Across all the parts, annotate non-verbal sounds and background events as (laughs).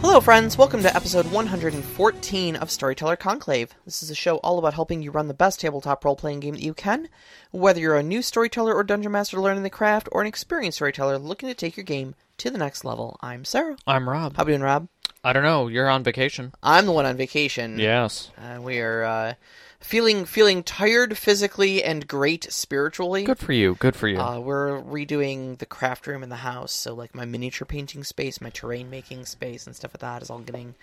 Hello, friends. Welcome to episode 114 of Storyteller Conclave. This is a show all about helping you run the best tabletop role playing game that you can. Whether you're a new storyteller or dungeon master learning the craft, or an experienced storyteller looking to take your game to the next level, I'm Sarah. I'm Rob. How you doing, Rob? I don't know. You're on vacation. I'm the one on vacation. Yes. Uh, we are uh, feeling feeling tired physically and great spiritually. Good for you. Good for you. Uh, we're redoing the craft room in the house, so like my miniature painting space, my terrain making space, and stuff like that is all getting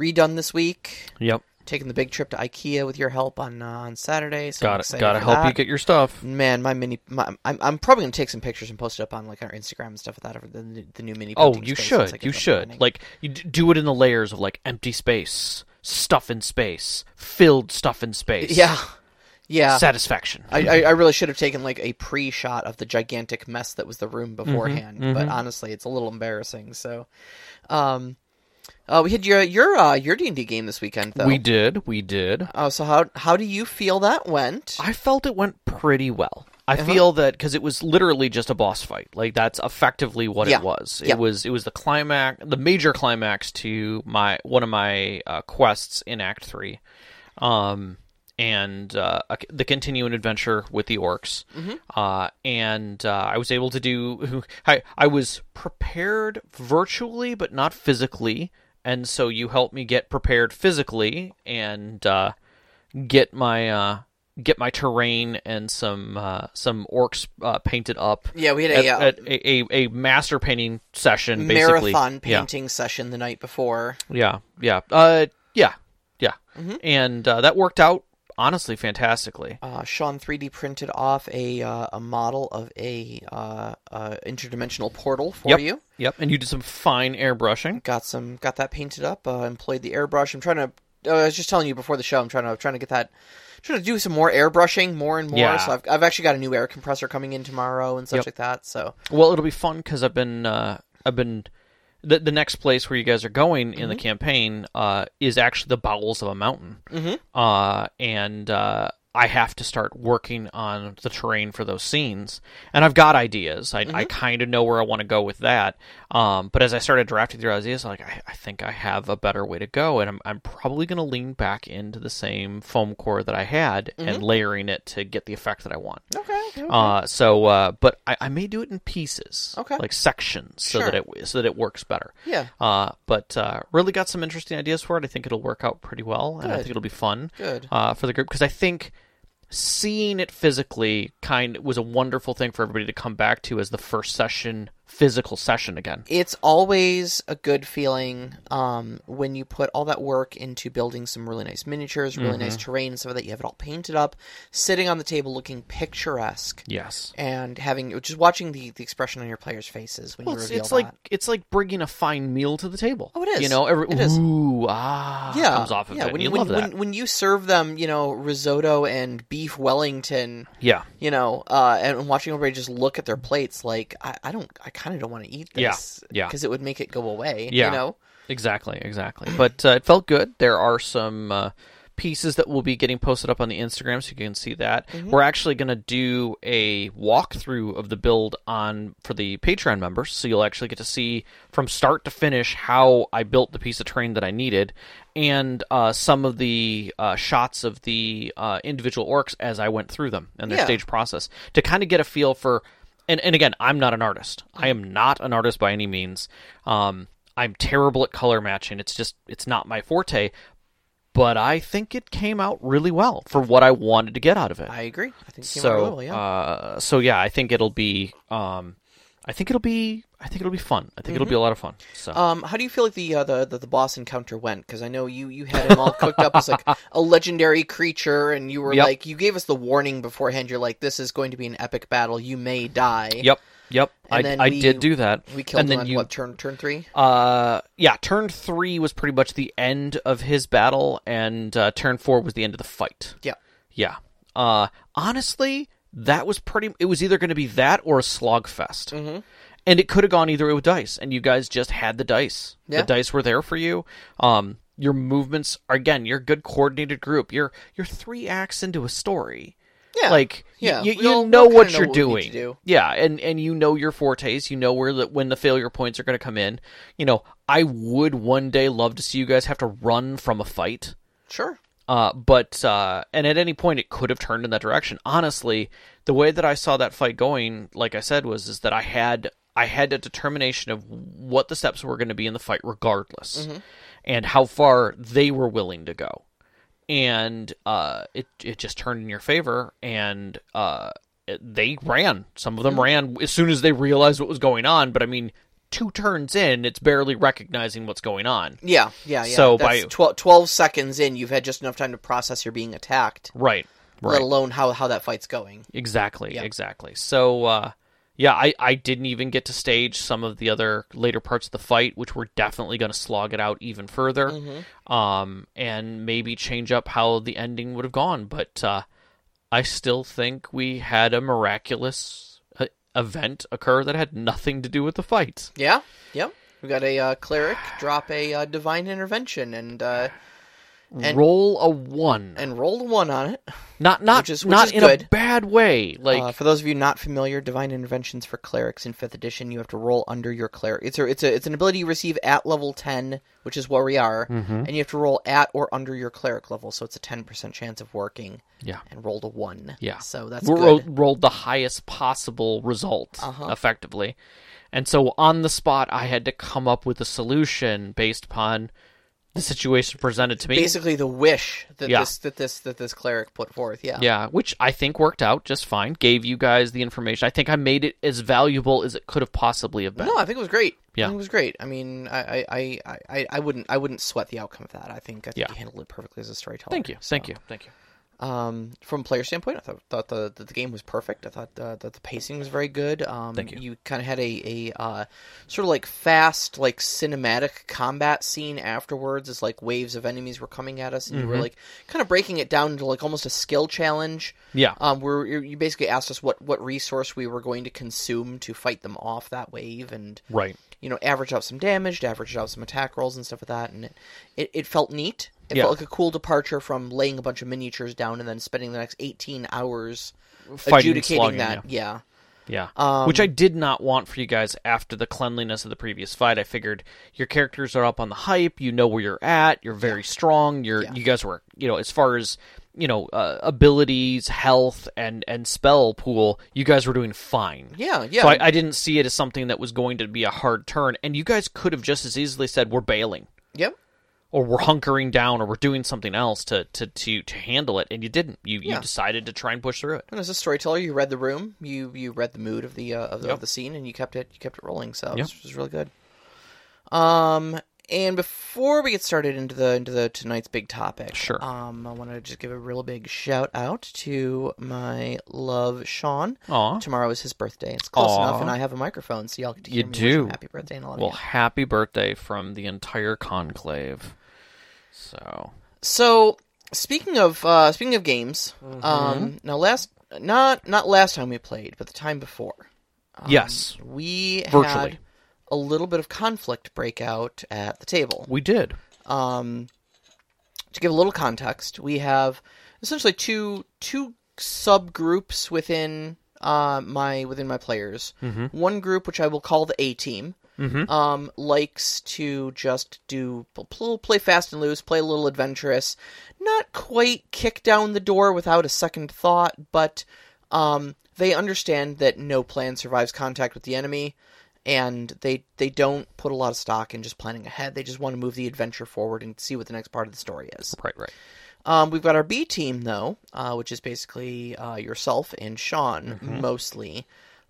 redone this week. yep. Taking the big trip to IKEA with your help on uh, on Saturday. So Got it. Got to help you get your stuff. Man, my mini, my, I'm, I'm probably gonna take some pictures and post it up on like our Instagram and stuff like that. Over the, new- the new mini. Oh, painting you space once I should. get You that should. running. Like you d- do it in the layers of like empty space, stuff in space, filled stuff in (laughs) space. yeah, yeah. Satisfaction. I, I, I really should have taken like a pre-shot of the gigantic mess that was the room Mm-hmm, beforehand, but honestly, it's a little embarrassing. So, um, uh, we had your your uh, your D and D game this weekend, though. we did. We did. Oh, so how how do you feel that went? I felt it went pretty well. I feel that because it was literally just a boss fight. Like that's effectively what Yeah. it was. Yeah. It was it was the climax, the major climax to my one of my uh, quests in Act Three, um, and uh, a- the continuing adventure with the orcs. Mm-hmm. Uh, and uh, I was able to do. (laughs) I I was prepared virtually, but not physically. And so you helped me get prepared physically, and uh, get my uh get my terrain and some uh some orcs uh, painted up Yeah, we had a, uh, at, yeah, at a, a a master painting session basically Marathon Yeah. painting session the night before. yeah yeah uh yeah yeah Mm-hmm. and uh, that worked out honestly fantastically Uh, Sean 3D printed off a uh, a model of a uh, uh, interdimensional portal for yep you. yep and you did some fine airbrushing got some got that painted up uh, employed the airbrush i'm trying to oh, i was just telling you before the show i'm trying to trying to get that trying to do some more airbrushing more and more Yeah. so I've, I've actually got a new air compressor coming in tomorrow and such Yep. like that so Well, it'll be fun because I've been uh, I've been the the next place where you guys are going in the campaign uh, is actually the bowels of a mountain, mm-hmm. uh, and uh, I have to start working on the terrain for those scenes. And I've got ideas. I, I kind of know where I want to go with that. Um, but as I started drafting through ideas, I'm like I, I think I have a better way to go, and I'm I'm probably going to lean back into the same foam core that I had and layering it to get the effect that I want. okay Uh, so, uh, but I, I may do it in pieces, Okay. like sections, so Sure. that it so that it works better. Yeah. Uh, but uh, really got some interesting ideas for it. I think it'll work out pretty well, and I Good. think it'll be fun. Good. Uh, for the group because I think seeing it physically kind was a wonderful thing for everybody to come back to as the first session physical session again. it's always a good feeling um, when you put all that work into building some really nice miniatures really nice Mm-hmm. terrain so that you have it all painted up sitting on the table looking picturesque Yes. and having just watching the, the expression on your players faces when Well, you it's, reveal it's that. like it's like bringing a fine meal to the table. Oh, it is. You know, every, It is. ooh ah yeah, comes off of yeah, it. When you when, love that. When, when you serve them, you know, risotto and beef Wellington, yeah. you know, uh, and, and watching everybody just look at their plates, like I, I don't, I kind of don't want to eat Yeah, this, yeah. because it would make it go away, Yeah. you know. Exactly, exactly. But uh, it felt good. There are some uh, pieces that will be getting posted up on the Instagram, so you can see that. Mm-hmm. We're actually going to do a walkthrough of the build on for the Patreon members, so you'll actually get to see from start to finish how I built the piece of terrain that I needed, and uh, some of the uh, shots of the uh, individual orcs as I went through them and their Yeah. stage process to kind of get a feel for and, and again, I'm not an artist. I am not an artist by any means. Um, I'm terrible at color matching. It's just it's not my forte. But I think it came out really well for what I wanted to get out of it. I agree. I think it came out so really well, yeah. uh, so yeah, I think it'll be um, I think it'll be I think it'll be fun. I think it'll Mm-hmm. be a lot of fun. So um, how do you feel like the uh, the, the the boss encounter went? Because I know you you had him all cooked up as like (laughs) a legendary creature, and you were Yep. like you gave us the warning beforehand. You're like, this is going to be an epic battle. You may die. yep, yep. I, then I we- did do that. We killed and then him on you what turn turn three? Uh, yeah, turn three was pretty much the end of his battle, and uh, turn four was the end of the fight. Yeah. Yeah. Uh, honestly, that was pretty. It was either going to be that or a slogfest, mm-hmm. and it could have gone either way with dice. And you guys just had the dice. Yeah. The dice were there for you. Um, your movements are again. You're a good coordinated group. You're you're three acts into a story. Yeah. Like y- Yeah, you, we you all- we know all kinda what know you're what we need doing. to do. Yeah, and and you know your fortes, you know where the, when the failure points are going to come in. You know, I would one day love to see you guys have to run from a fight. Sure. Uh, but uh, and at any point it could have turned in that direction. Honestly, the way that I saw that fight going, like I said, was is that I had I had a determination of what the steps were going to be in the fight, regardless, and how far they were willing to go. And uh, it it just turned in your favor, and uh, it- they ran. Some of them ran as soon as they realized what was going on. But I mean, two turns in, it's barely recognizing what's going on. Yeah, yeah, yeah. So That's by- 12, 12 seconds in, you've had just enough time to process you're being attacked, Right. Right. let alone how, how that fight's going. Exactly, exactly. So uh yeah, I, I didn't even get to stage some of the other later parts of the fight, which were definitely going to slog it out even further, Mm-hmm. um, and maybe change up how the ending would have gone. But uh, I still think we had a miraculous uh, event occur that had nothing to do with the fight. Yeah, yeah. We got a uh, cleric drop a uh, divine intervention and uh, And- Roll a one, and roll a one on it. not not which is- which not is in a good. bad way. Like Uh, for those of you not familiar, divine interventions for clerics in fifth edition, you have to roll under your cleric. It's a, it's a, it's an ability you receive at level ten, which is where we are, Mm-hmm. and you have to roll at or under your cleric level, so it's a ten percent chance of working. Yeah. and rolled a one. Yeah. so that's ro- good. Uh-huh. ro- rolled the highest possible result effectively. And so on the spot, I had to come up with a solution based upon the situation presented to me. Basically, the wish that Yeah. this that this that this cleric put forth. Yeah, yeah, which I think worked out just fine. Gave you guys the information. I think I made it as valuable as it could have possibly have been. No, I think it was great. Yeah. I think it was great. I mean, I, I, I, I, I wouldn't, I wouldn't sweat the outcome of that. I think, I think Yeah. you handled it perfectly as a storyteller. Thank you. Thank you. Thank you. Um, from a player standpoint, I thought, thought the, that the game was perfect. I thought uh, that the pacing was very good. Um, Thank you. kind of had a, a uh, sort of like fast, like cinematic combat scene afterwards, as like waves of enemies were coming at us, and Mm-hmm. you were like kind of breaking it down into like almost a skill challenge. Yeah. Um, where you you basically asked us what what resource we were going to consume to fight them off that wave, and Right. you know, average out some damage, to average out some attack rolls and stuff like that, and it it, it felt neat. It Yeah. felt like a cool departure from laying a bunch of miniatures down and then spending the next eighteen hours Fighting, adjudicating slogging, that. Yeah. Yeah. Which I did not want for you guys after the cleanliness of the previous fight. I figured your characters are up on the hype, you know where you're at, you're very strong, you're you guys were, you know, as far as, you know, uh, abilities, health and and spell pool, you guys were doing fine. yeah, yeah, So I, I didn't see it as something that was going to be a hard turn, and you guys could have just as easily said, "We're bailing," yep. or "We're hunkering down," or "We're doing something else to to to, to handle it," and you didn't. You you decided to try and push through it. And as a storyteller, you read the room, you you read the mood of the uh, of, the of the scene, and you kept it you kept it rolling. So this was really good. Um, and before we get started into the into the tonight's big topic, Sure. Um, I want to just give a real big shout out to my love Sean. Aw. Tomorrow is his birthday. It's close Aw. enough, and I have a microphone, so y'all get to hear You me wish him do. Happy birthday and all Well, that. happy birthday from the entire conclave. So, So speaking of uh, speaking of games, Mm-hmm. um, now last not not last time we played, but the time before. um, yes, we Virtually. had a little bit of conflict break out at the table. we did. Um, to give a little context, we have essentially two two subgroups within uh, my within my players. One group, which I will call the A team, um, likes to just do pl- play fast and loose, play a little adventurous, not quite kick down the door without a second thought, but um, they understand that no plan survives contact with the enemy, and they they don't put a lot of stock in just planning ahead. They just want to move the adventure forward and see what the next part of the story is. Right, right. Um, we've got our B team though, uh, which is basically uh, yourself and Sean mostly,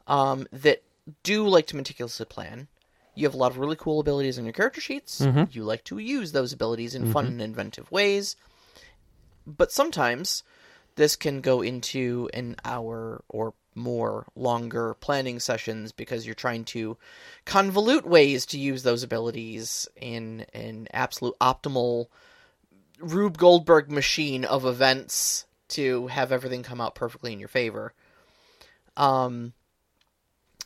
um, that do like to meticulously plan. You have a lot of really cool abilities on your character sheets. You like to use those abilities in fun and inventive ways, but sometimes this can go into an hour or more longer planning sessions because you're trying to convolute ways to use those abilities in an absolute optimal Rube Goldberg machine of events to have everything come out perfectly in your favor. Um,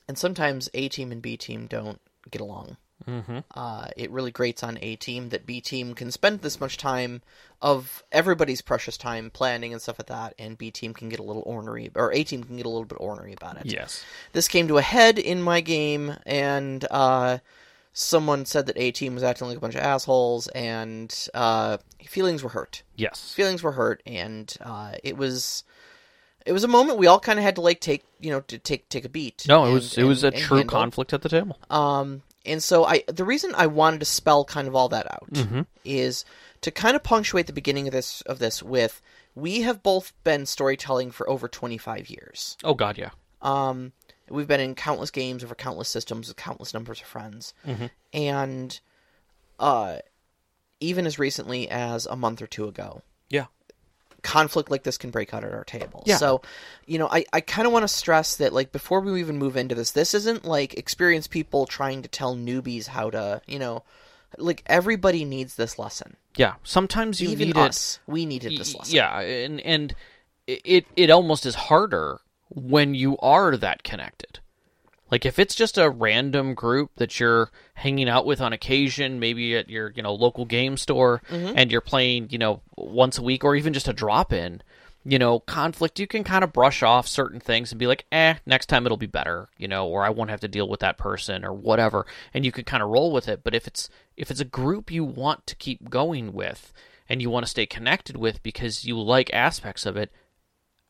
and sometimes A team and B team don't get along. Mm-hmm. Uh, it really grates on A team that B team can spend this much time of everybody's precious time planning and stuff like that, and B team can get a little ornery, or A team can get a little bit ornery about it. Yes. This came to a head in my game, and uh, someone said that A team was acting like a bunch of assholes, and uh, feelings were hurt Yes. feelings were hurt and uh, it was it was a moment we all kind of had to like take you know to take take a beat No, it and- was it was a and- and true handle. conflict at the table. um and so i the reason i wanted to spell kind of all that out Mm-hmm. is to kind of punctuate the beginning of this of this with we have both been storytelling for over 25 years Oh God, yeah. um, we've been in countless games over countless systems with countless numbers of friends, Mm-hmm. and uh, even as recently as a month or two ago, Yeah. conflict like this can break out at our table. Yeah. So, you know, I, I kind of want to stress that like before we even move into this, this isn't like experienced people trying to tell newbies how to, you know, like everybody needs this lesson. Yeah. Sometimes you even need it. us, we needed this Y- lesson. Yeah, and and it it almost is harder when you are that connected. Like if it's just a random group that you're hanging out with on occasion, maybe at your you know local game store, and you're playing you know once a week or even just a drop in. You know, conflict, you can kind of brush off certain things and be like, eh, next time it'll be better, you know, or I won't have to deal with that person or whatever. And you can kind of roll with it. But if it's if it's a group you want to keep going with, and you want to stay connected with because you like aspects of it,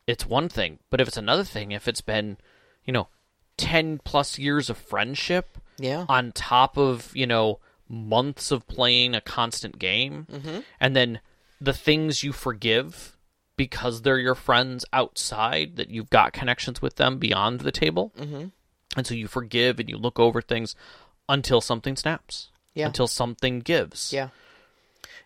it's one thing. But if it's another thing, if it's been, you know, 10 plus years of friendship Yeah. on top of, you know, months of playing a constant game, Mm-hmm. and then the things you forgive because they're your friends outside that you've got connections with them beyond the table. Mm-hmm. And so you forgive and you look over things until something snaps. Yeah. Until something gives. Yeah.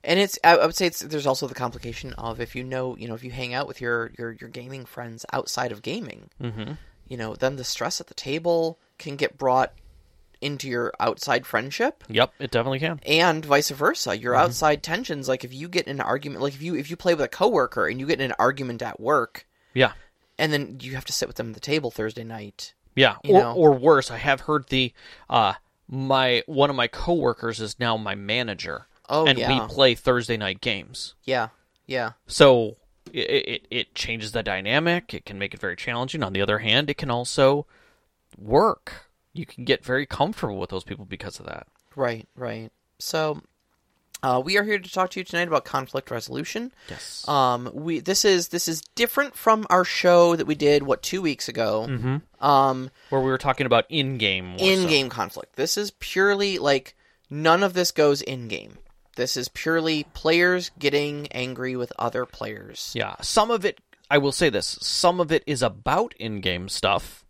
And it's I I would say it's there's also the complication of if you know you know if you hang out with your your your gaming friends outside of gaming, mm-hmm. you know then the stress at the table can get brought into your outside friendship Yep, it definitely can. and vice versa. Your outside tensions, like if you get in an argument, like if you if you play with a coworker and you get in an argument at work, Yeah. and then you have to sit with them at the table Thursday night. Yeah, You or know? or worse, I have heard the uh my one of my coworkers is now my manager. Oh, and yeah. we play Thursday night games. Yeah, yeah, So it, it it changes the dynamic. It can make it very challenging. On the other hand, it can also work. You can get very comfortable with those people because of that. right, right. So. Uh, we are here to talk to you tonight about conflict resolution. Yes. Um, we this is this is different from our show that we did what two weeks ago. Mm-hmm. Um, Where we were talking about in game in game conflict. This is purely like none of this goes in game. This is purely players getting angry with other players. Yeah, some of it. I will say this: some of it is about in-game stuff,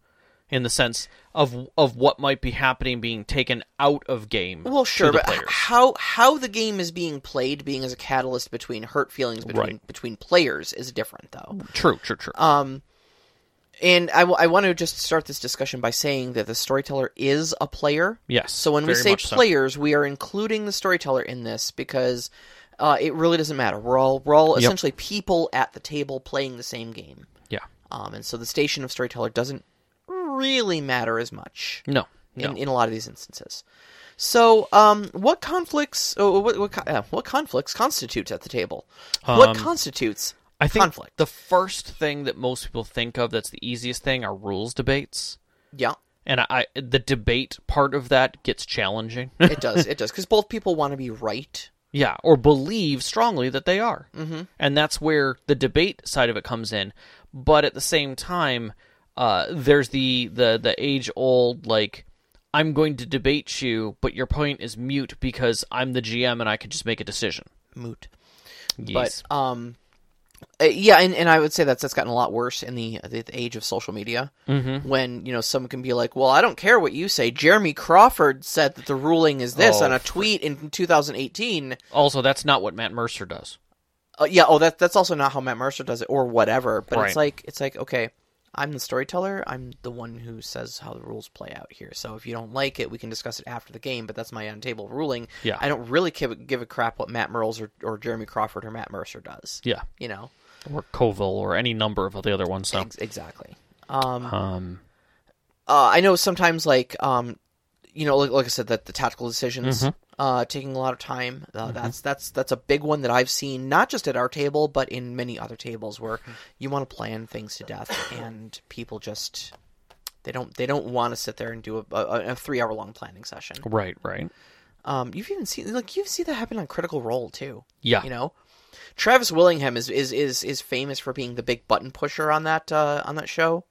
in the sense of of what might be happening being taken out of game. Well, to sure, the but h- players. (laughs) how how the game is being played, being as a catalyst between hurt feelings between Right. between players, is different though. true, true, true. Uh, And I, w- I want to just start this discussion by saying that the storyteller is a player. Yes, So when we very say much so. players, we are including the storyteller in this because uh, it really doesn't matter. We're all we're all essentially people at the table playing the same game. yeah, Um, and so the station of storyteller doesn't really matter as much no, no. in, in a lot of these instances. So, um, what conflicts? Oh, what what, co- uh, what conflicts constitutes at the table? what constitutes Um, I think conflict? the first thing that most people think of that's the easiest thing are rules debates, yeah, and I, I the debate part of that gets challenging. (laughs) it does. It does because both people want to be right. Yeah, or believe strongly that they are. Mm-hmm. And that's where the debate side of it comes in. But at the same time, uh, there's the, the, the age old, like, I'm going to debate you, but your point is mute because I'm the GM and I can just make a decision. Moot. Yes. But um, uh, yeah, and, and I would say that's that's gotten a lot worse in the the, the age of social media Mm-hmm. when you know someone can be like, well, I don't care what you say. Jeremy Crawford said that the ruling is this Oh, on a tweet in 2018. also, that's not what Matt Mercer does. Uh, yeah, oh, that that's also not how Matt Mercer does it or whatever. But Right. it's like it's like okay. I'm the storyteller. I'm the one who says how the rules play out here. So if you don't like it, we can discuss it after the game. But that's my on table ruling. Yeah. I don't really give, give a crap what Matt Merles or, or Jeremy Crawford or Matt Mercer does. Yeah. You know. Or Koval or any number of the other ones. So. Ex- exactly. Um, Um, uh, I know sometimes like um, you know, like, like I said, that the tactical decisions uh, taking a lot of time. Uh, That's that's that's a big one that I've seen not just at our table, but in many other tables where you want to plan things to death, and people just they don't they don't want to sit there and do a, a, a three hour long planning session. Right, right. Um, you've even seen like you see that happen on Critical Role too. Yeah. You know, Travis Willingham is is is is famous for being the big button pusher on that uh, on that show,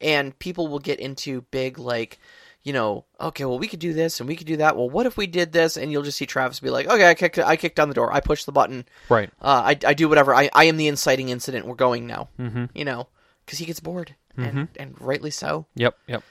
and people will get into big like, you know, okay, well we could do this and we could do that. Well, what if we did this? And you'll just see Travis be like, okay, I kicked I kicked down the door, I pushed the button, Right. uh, I I do whatever. I I am the inciting incident. We're going now. Mm-hmm. You know, because he gets bored, and and rightly so. Yep, yep.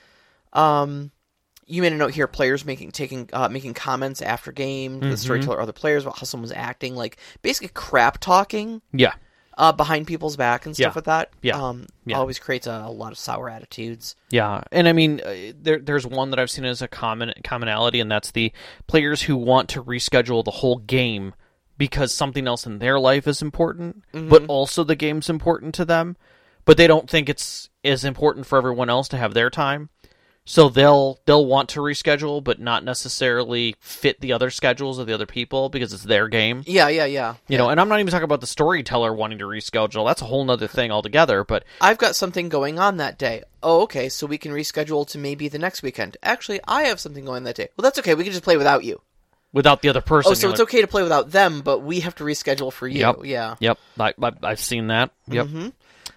you made a note here players making taking uh, making comments after game Mm-hmm. to the storyteller or the players about how someone was acting like basically crap talking Yeah. uh, behind people's back and stuff Yeah. like that Yeah. um Yeah. always creates a, a lot of sour attitudes Yeah, and I mean, uh, there, there's one that I've seen as a common commonality, and that's the players who want to reschedule the whole game because something else in their life is important, Mm-hmm. but also the game's important to them, but they don't think it's as important for everyone else to have their time, so they'll they'll want to reschedule, but not necessarily fit the other schedules of the other people because it's their game. yeah yeah yeah You know, and I'm not even talking about the storyteller wanting to reschedule. That's a whole nother thing altogether. But i've got something going on that day oh okay so we can reschedule to maybe the next weekend actually i have something going that day well that's okay we can just play without you without the other person, oh so you're it's like, okay to play without them but we have to reschedule for you Yep. yeah Yep. I, I, I've seen that. Yep.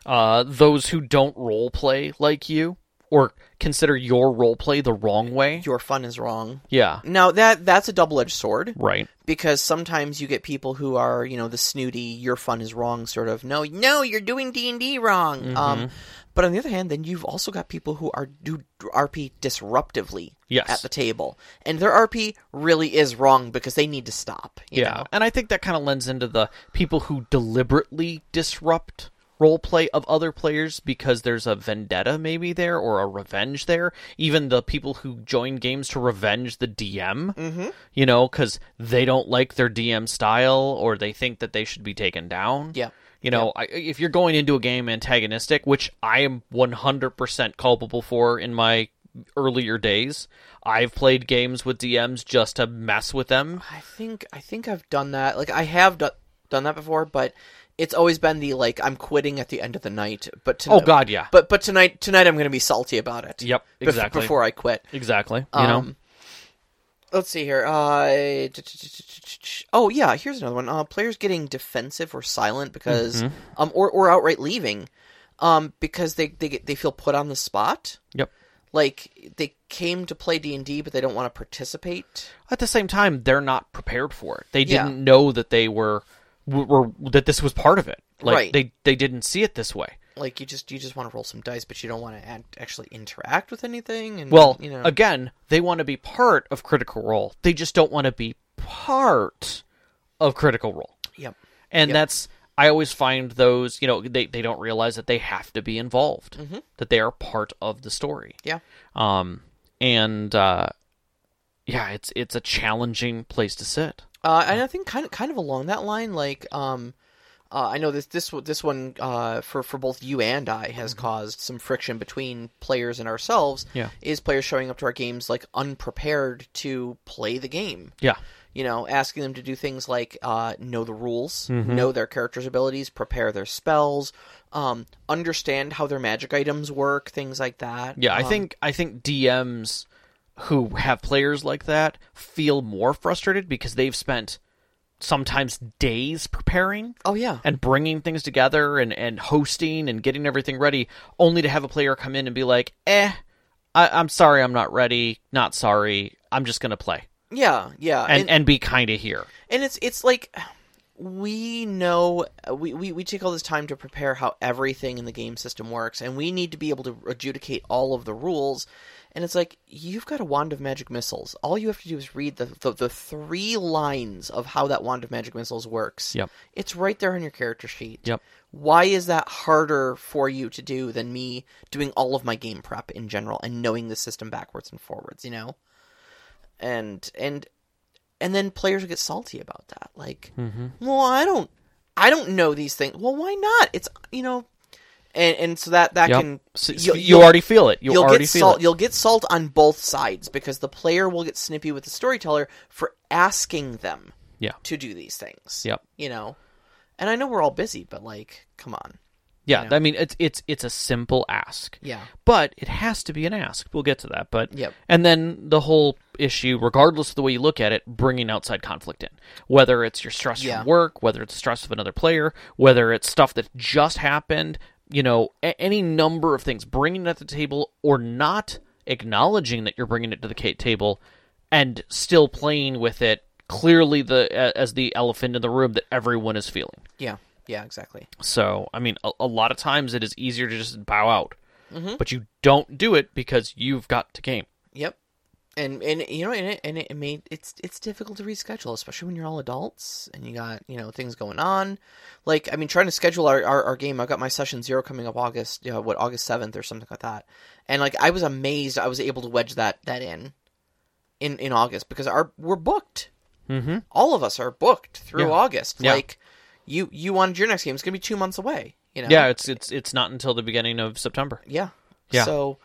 Uh, those who don't role play like you or consider your role play the wrong way. your fun is wrong Yeah. now that that's a double-edged sword Right. because sometimes you get people who are you know the snooty your fun is wrong sort of no no you're doing d&d wrong Mm-hmm. um, but on the other hand then you've also got people who are do rp disruptively Yes. at the table and their rp really is wrong because they need to stop you Yeah. know? And I think that kind of lends into the people who deliberately disrupt role play of other players because there's a vendetta maybe there or a revenge there even the people who join games to revenge the dm mm-hmm. you know because they don't like their dm style or they think that they should be taken down Yeah. You know, I, if you're going into a game antagonistic, which I am 100% culpable for in my earlier days, I've played games with DMs just to mess with them. i think i think i've done that like i have do- done that before but it's always been the like i'm quitting at the end of the night but tonight, Oh God, yeah, but but tonight tonight i'm gonna be salty about it Yep, bef- exactly. before i quit exactly. You know, Um, let's see here. Uh, oh yeah, here's another one. Uh, players getting defensive or silent because, Mm-hmm. um, or or outright leaving, um, because they they get, they feel put on the spot. yep. Like they came to play D and D, but they don't want to participate. At the same time, they're not prepared for it. They Yeah. didn't know that they were, w- were that this was part of it. Like Right. they they didn't see it this way. Like you just you just want to roll some dice, but you don't want to act, actually interact with anything. And Well, you know, again, they want to be part of Critical Role. They just don't want to be part of Critical Role. yep. and that's i always find those you know they, they don't realize that they have to be involved that they are part of the story Yeah, um and uh yeah it's it's a challenging place to sit uh, and I think kind of kind of along that line, like um, Uh, I know this this one- this one uh, for for both you and I has caused some friction between players and ourselves. Mm-hmm. Yeah. is players showing up to our games like unprepared to play the game. yeah You know, asking them to do things like uh, know the rules, Mm-hmm. know their characters' abilities, prepare their spells, um, understand how their magic items work, things like that. yeah i Um, think i think dms who have players like that feel more frustrated because they've spent sometimes days preparing Oh yeah, and bringing things together and, and hosting and getting everything ready, only to have a player come in and be like, eh, I, I'm sorry, I'm not ready. Not sorry. I'm just going to play yeah, yeah. and, and, be kind of here. and it's it's like we know we, we we take all this time to prepare how everything in the game system works and we need to be able to adjudicate all of the rules and it's like you've got a wand of magic missiles all you have to do is read the the, the three lines of how that wand of magic missiles works Yep. it's right there on your character sheet Yep. why is that harder for you to do than me doing all of my game prep in general and knowing the system backwards and forwards you know and and and then players will get salty about that Mm-hmm. like well i don't i don't know these things well why not it's you know and and so that that Yep. can S- s- you'll- you you'll- already feel it. You you'll already get feel salt. it. You'll get salt on both sides because the player will get snippy with the storyteller for asking them Yeah. to do these things. Yep. You know, and I know we're all busy, but like, come on. Yeah, I mean it's it's it's a simple ask. Yeah. But it has to be an ask. We'll get to that. But Yep. and then the whole issue, regardless of the way you look at it, bringing outside conflict in, whether it's your stress Yeah. from work, whether it's stress of another player, whether it's stuff that just happened, you know, a- any number of things, bringing it at the table or not acknowledging that you're bringing it to the ca- table, and still playing with it. Clearly, the a- as the elephant in the room that everyone is feeling. Yeah. Yeah. Exactly. So, I mean, a, a lot of times it is easier to just bow out, Mm-hmm. but you don't do it because you've got to game. Yep. And and you know and it, and it, it made it's it's difficult to reschedule, especially when you're all adults and you got you know things going on. Like I mean, trying to schedule our, our, our game. I've got my session zero coming up August, you know, what August seventh or something like that. And like I was amazed I was able to wedge that that in in in August because our we're booked. Mm-hmm. All of us are booked through Yeah. August. Yeah. Like you you wanted your next game. It's gonna be two months away. You know. Yeah, it's it's it's not until the beginning of September. Yeah. Yeah. So,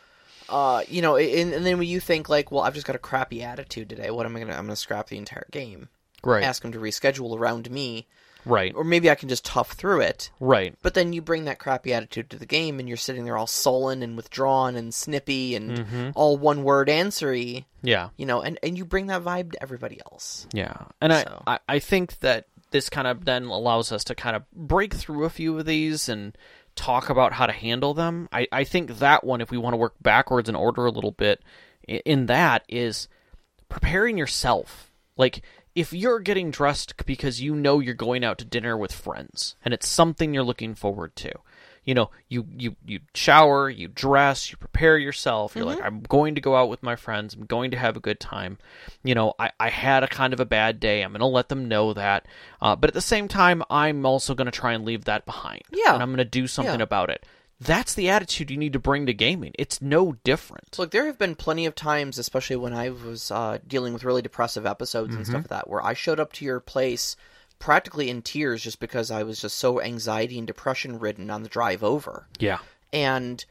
uh, you know, and, and then when you think like, well, I've just got a crappy attitude today. What am I gonna? I'm gonna scrap the entire game. Right. Ask them to reschedule around me, Right. or maybe I can just tough through it. Right. But then you bring that crappy attitude to the game, and you're sitting there all sullen and withdrawn and snippy and Mm-hmm. all one word answery. Yeah. You know, and and you bring that vibe to everybody else. Yeah. And I, So- I I think that this kind of then allows us to kind of break through a few of these and talk about how to handle them. I I think that one if we want to work backwards in order a little bit i- in that is preparing yourself. Like if you're getting dressed c- because you know you're going out to dinner with friends and it's something you're looking forward to. You know, you you you shower, you dress, you prepare yourself. You're Mm-hmm. like I'm going to go out with my friends. I'm going to have a good time. You know, I I had a kind of a bad day. I'm going to let them know that. Uh, but at the same time, I'm also going to try and leave that behind. Yeah. And I'm going to do something Yeah. about it. That's the attitude you need to bring to gaming. It's no different. So, like, there have been plenty of times, especially when I was uh, dealing with really depressive episodes and Mm-hmm. stuff like that, where I showed up to your place practically in tears just because I was just so anxiety and depression ridden on the drive over. Yeah. And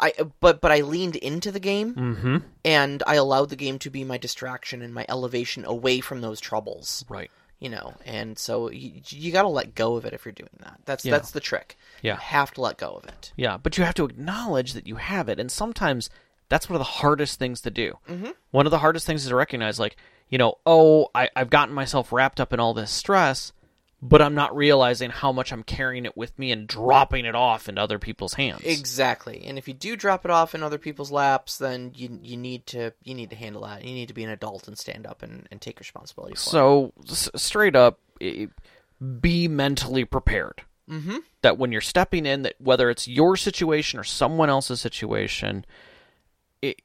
I, but but I leaned into the game, Mm-hmm. and I allowed the game to be my distraction and my elevation away from those troubles Right. you know and so you, you got to let go of it if you're doing that that's that's the trick Yeah. you have to let go of it Yeah, but you have to acknowledge that you have it, and sometimes that's one of the hardest things to do. Mm-hmm. One of the hardest things is to recognize, like, you know, oh, I, I've gotten myself wrapped up in all this stress, but I'm not realizing how much I'm carrying it with me and dropping it off into other people's hands. Exactly. And if you do drop it off in other people's laps, then you you need to you need to handle that. You need to be an adult and stand up and, and take responsibility for it. So s- straight up, i- be mentally prepared. Mm-hmm. That when you're stepping in, that whether it's your situation or someone else's situation, it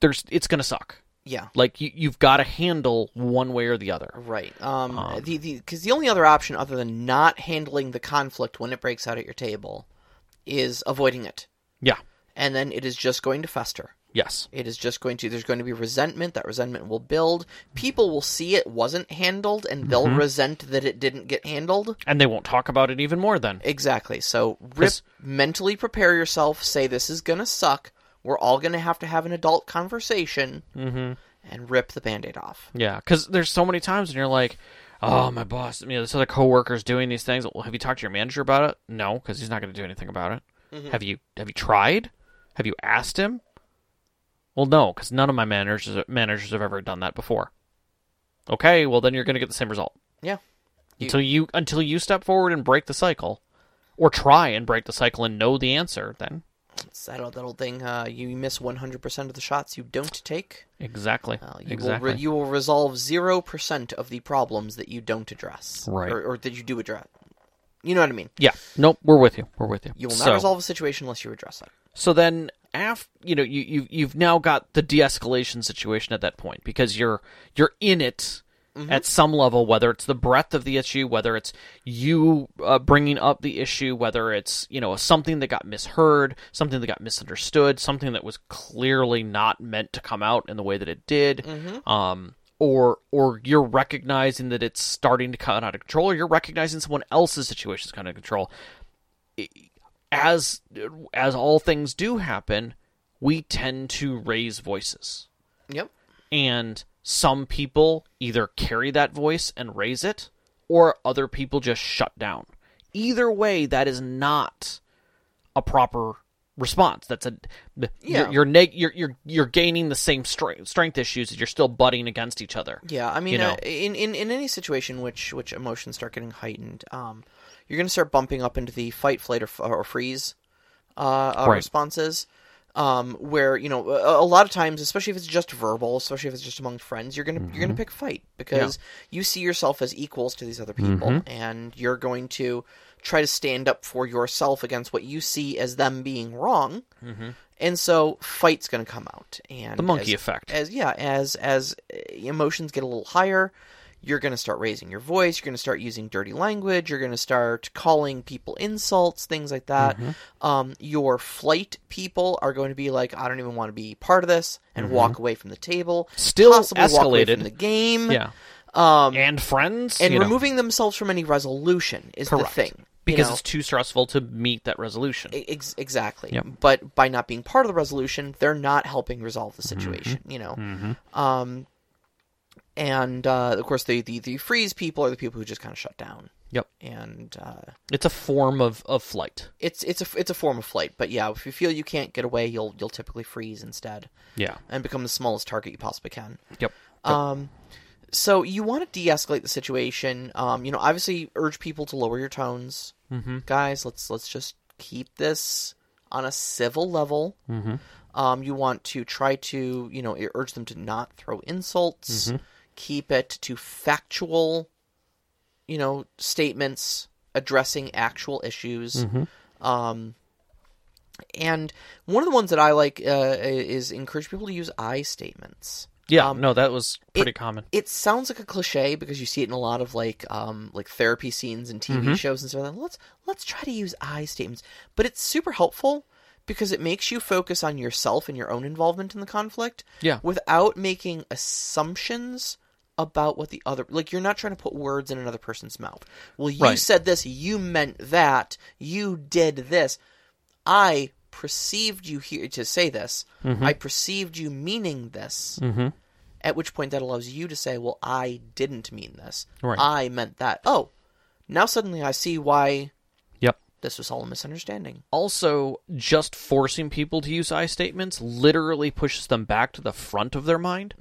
there's it's gonna suck. Yeah. Like you, you've got to handle one way or the other. Right. Um, the the because the only other option other than not handling the conflict when it breaks out at your table is avoiding it. Yeah. And then it is just going to fester. Yes. It is just going to there's going to be resentment. That resentment will build. People will see it wasn't handled and they'll resent that it didn't get handled. And they won't talk about it even more then. Exactly. So rip 'Cause- mentally prepare yourself, say this is gonna suck. We're all gonna have to have an adult conversation Mm-hmm. and rip the band-aid off. Yeah. Because there's so many times when you're like, oh, my boss, you know, this other coworker's doing these things. Well, have you talked to your manager about it? No, because he's not going to do anything about it. Have you Have you tried? Have you asked him? Well, no, because none of my managers managers have ever done that before. Okay, well then you're going to get the same result Yeah. You- until you until you step forward and break the cycle, or try and break the cycle and know the answer. Then It's that old, that old thing, uh, you miss one hundred percent of the shots you don't take. exactly, Uh, you exactly. will re- you will resolve zero percent of the problems that you don't address. Right. Or, or that you do address. You know what I mean? Yeah. Nope. We're with you. We're with you. You will not so, resolve a situation unless you address it. So then, after you know, you you you've now got the de-escalation situation at that point because you're you're in it at some level, whether it's the breadth of the issue, whether it's you uh, bringing up the issue, whether it's you know something that got misheard, something that got misunderstood, something that was clearly not meant to come out in the way that it did. Um, or or you're recognizing that it's starting to come out of control, or you're recognizing someone else's situation is kind of control as as all things do happen, we tend to raise voices. Yep. And some people either carry that voice and raise it, or other people just shut down. Either way, that is not a proper response. That's a Yeah. you're you're neg- you're, you're you're gaining the same strength strength issues. You're still butting against each other. Yeah, I mean, You know. uh, in, in in any situation which which emotions start getting heightened, um, you're going to start bumping up into the fight, flight, or, f- or freeze uh, uh, Right. responses. Um, where you know a, a lot of times, especially if it's just verbal, especially if it's just among friends, you're gonna Mm-hmm. you're gonna pick fight because you see yourself as equals to these other people, Mm-hmm. and you're going to try to stand up for yourself against what you see as them being wrong, and so fight's gonna come out. And Mm-hmm. The monkey as- effect. as yeah as as uh, emotions get a little higher you're going to start raising your voice you're going to start using dirty language you're going to start calling people insults things like that Mm-hmm. um, your flight people are going to be like i don't even want to be part of this and walk away from the table Mm-hmm. Still possibly walk away escalated. from the game Yeah. um, And friends and you know, removing themselves from any resolution is the Correct. thing because you know? it's too stressful to meet that resolution. E-, Ex- exactly. Yep. But by not being part of the resolution, they're not helping resolve the situation. You know, um, and uh, of course, the, the the freeze people are the people who just kind of shut down. Yep. And uh, It's a form of, of flight. it's it's a it's a form of flight. But yeah, if you feel you can't get away, you'll you'll typically freeze instead Yeah. and become the smallest target you possibly can. Yep. Um, so you want to de-escalate the situation. Um, you know, obviously, urge people to lower your tones, mm-hmm. guys. Let's let's just keep this on a civil level. Mm-hmm. Um, you want to try to you know urge them to not throw insults. Keep it to factual, you know, statements addressing actual issues. Um, and one of the ones that I like uh, is encourage people to use I statements Yeah. no, that was pretty it- common. it sounds like a cliche because you see it in a lot of like um like therapy scenes and TV Mm-hmm. shows and stuff. Like that. Let's let's try to use I statements, but it's super helpful because it makes you focus on yourself and your own involvement in the conflict. Yeah. without making assumptions about what the other like you're not trying to put words in another person's mouth. Well, you Right. said this, you meant that, you did this. I perceived you here to say this. Mm-hmm. I perceived you meaning this. At which point that allows you to say, "Well, I didn't mean this. Right. I meant that." Oh, now suddenly I see why Yep. this was all a misunderstanding. Also, just forcing people to use I statements literally pushes them back to the front of their mind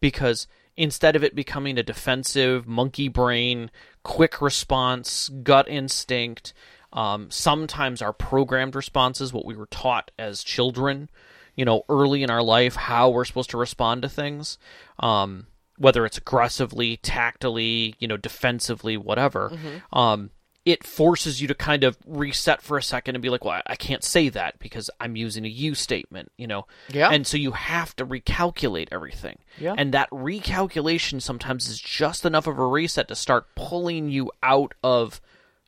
because instead of it becoming a defensive, monkey brain, quick response, gut instinct, um, sometimes our programmed responses, what we were taught as children, you know, early in our life, how we're supposed to respond to things, um, whether it's aggressively, tactily, you know, defensively, whatever. Mm-hmm. Um, it forces you to kind of reset for a second and be like, well, I- I can't say that because I'm using a you statement, you know? Yeah. And so you have to recalculate everything. Yeah. And that recalculation sometimes is just enough of a reset to start pulling you out of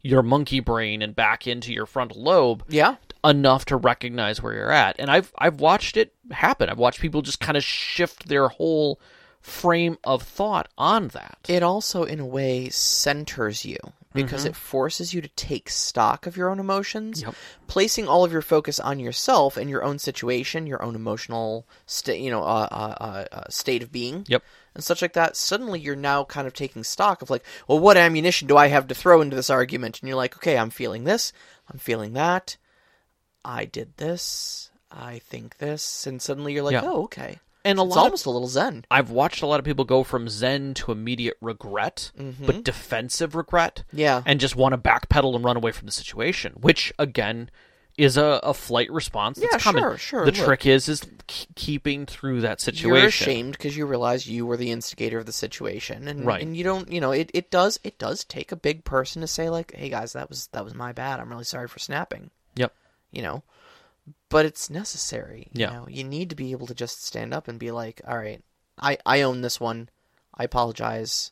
your monkey brain and back into your frontal lobe Yeah. enough to recognize where you're at. And I've I've watched it happen. I've watched people just kind of shift their whole frame of thought on that. It also, in a way, centers you because it forces you to take stock of your own emotions, Mm-hmm. Yep. placing all of your focus on yourself and your own situation, your own emotional state, you know, uh, uh, uh, uh, state of being, Yep. and such like that. Suddenly, you're now kind of taking stock of like, well, what ammunition do I have to throw into this argument? And you're like, okay, I'm feeling this, I'm feeling that, I did this, I think this, and suddenly you're like, Yeah. oh, okay. And a it's lot of- almost a little zen. I've watched a lot of people go from zen to immediate regret, but defensive regret. Mm-hmm. Yeah. And just want to backpedal and run away from the situation, which again is a, a flight response that's Yeah, common. sure, sure, The look. trick is is k- keeping through that situation. You're ashamed because you realize you were the instigator of the situation, and Right. and you don't, you know, it, it does it does take a big person to say like, hey guys, that was that was my bad. I'm really sorry for snapping, Yep. you know, but it's necessary. Yeah. You, know? you need to be able to just stand up and be like, all right, I I own this one. I apologize.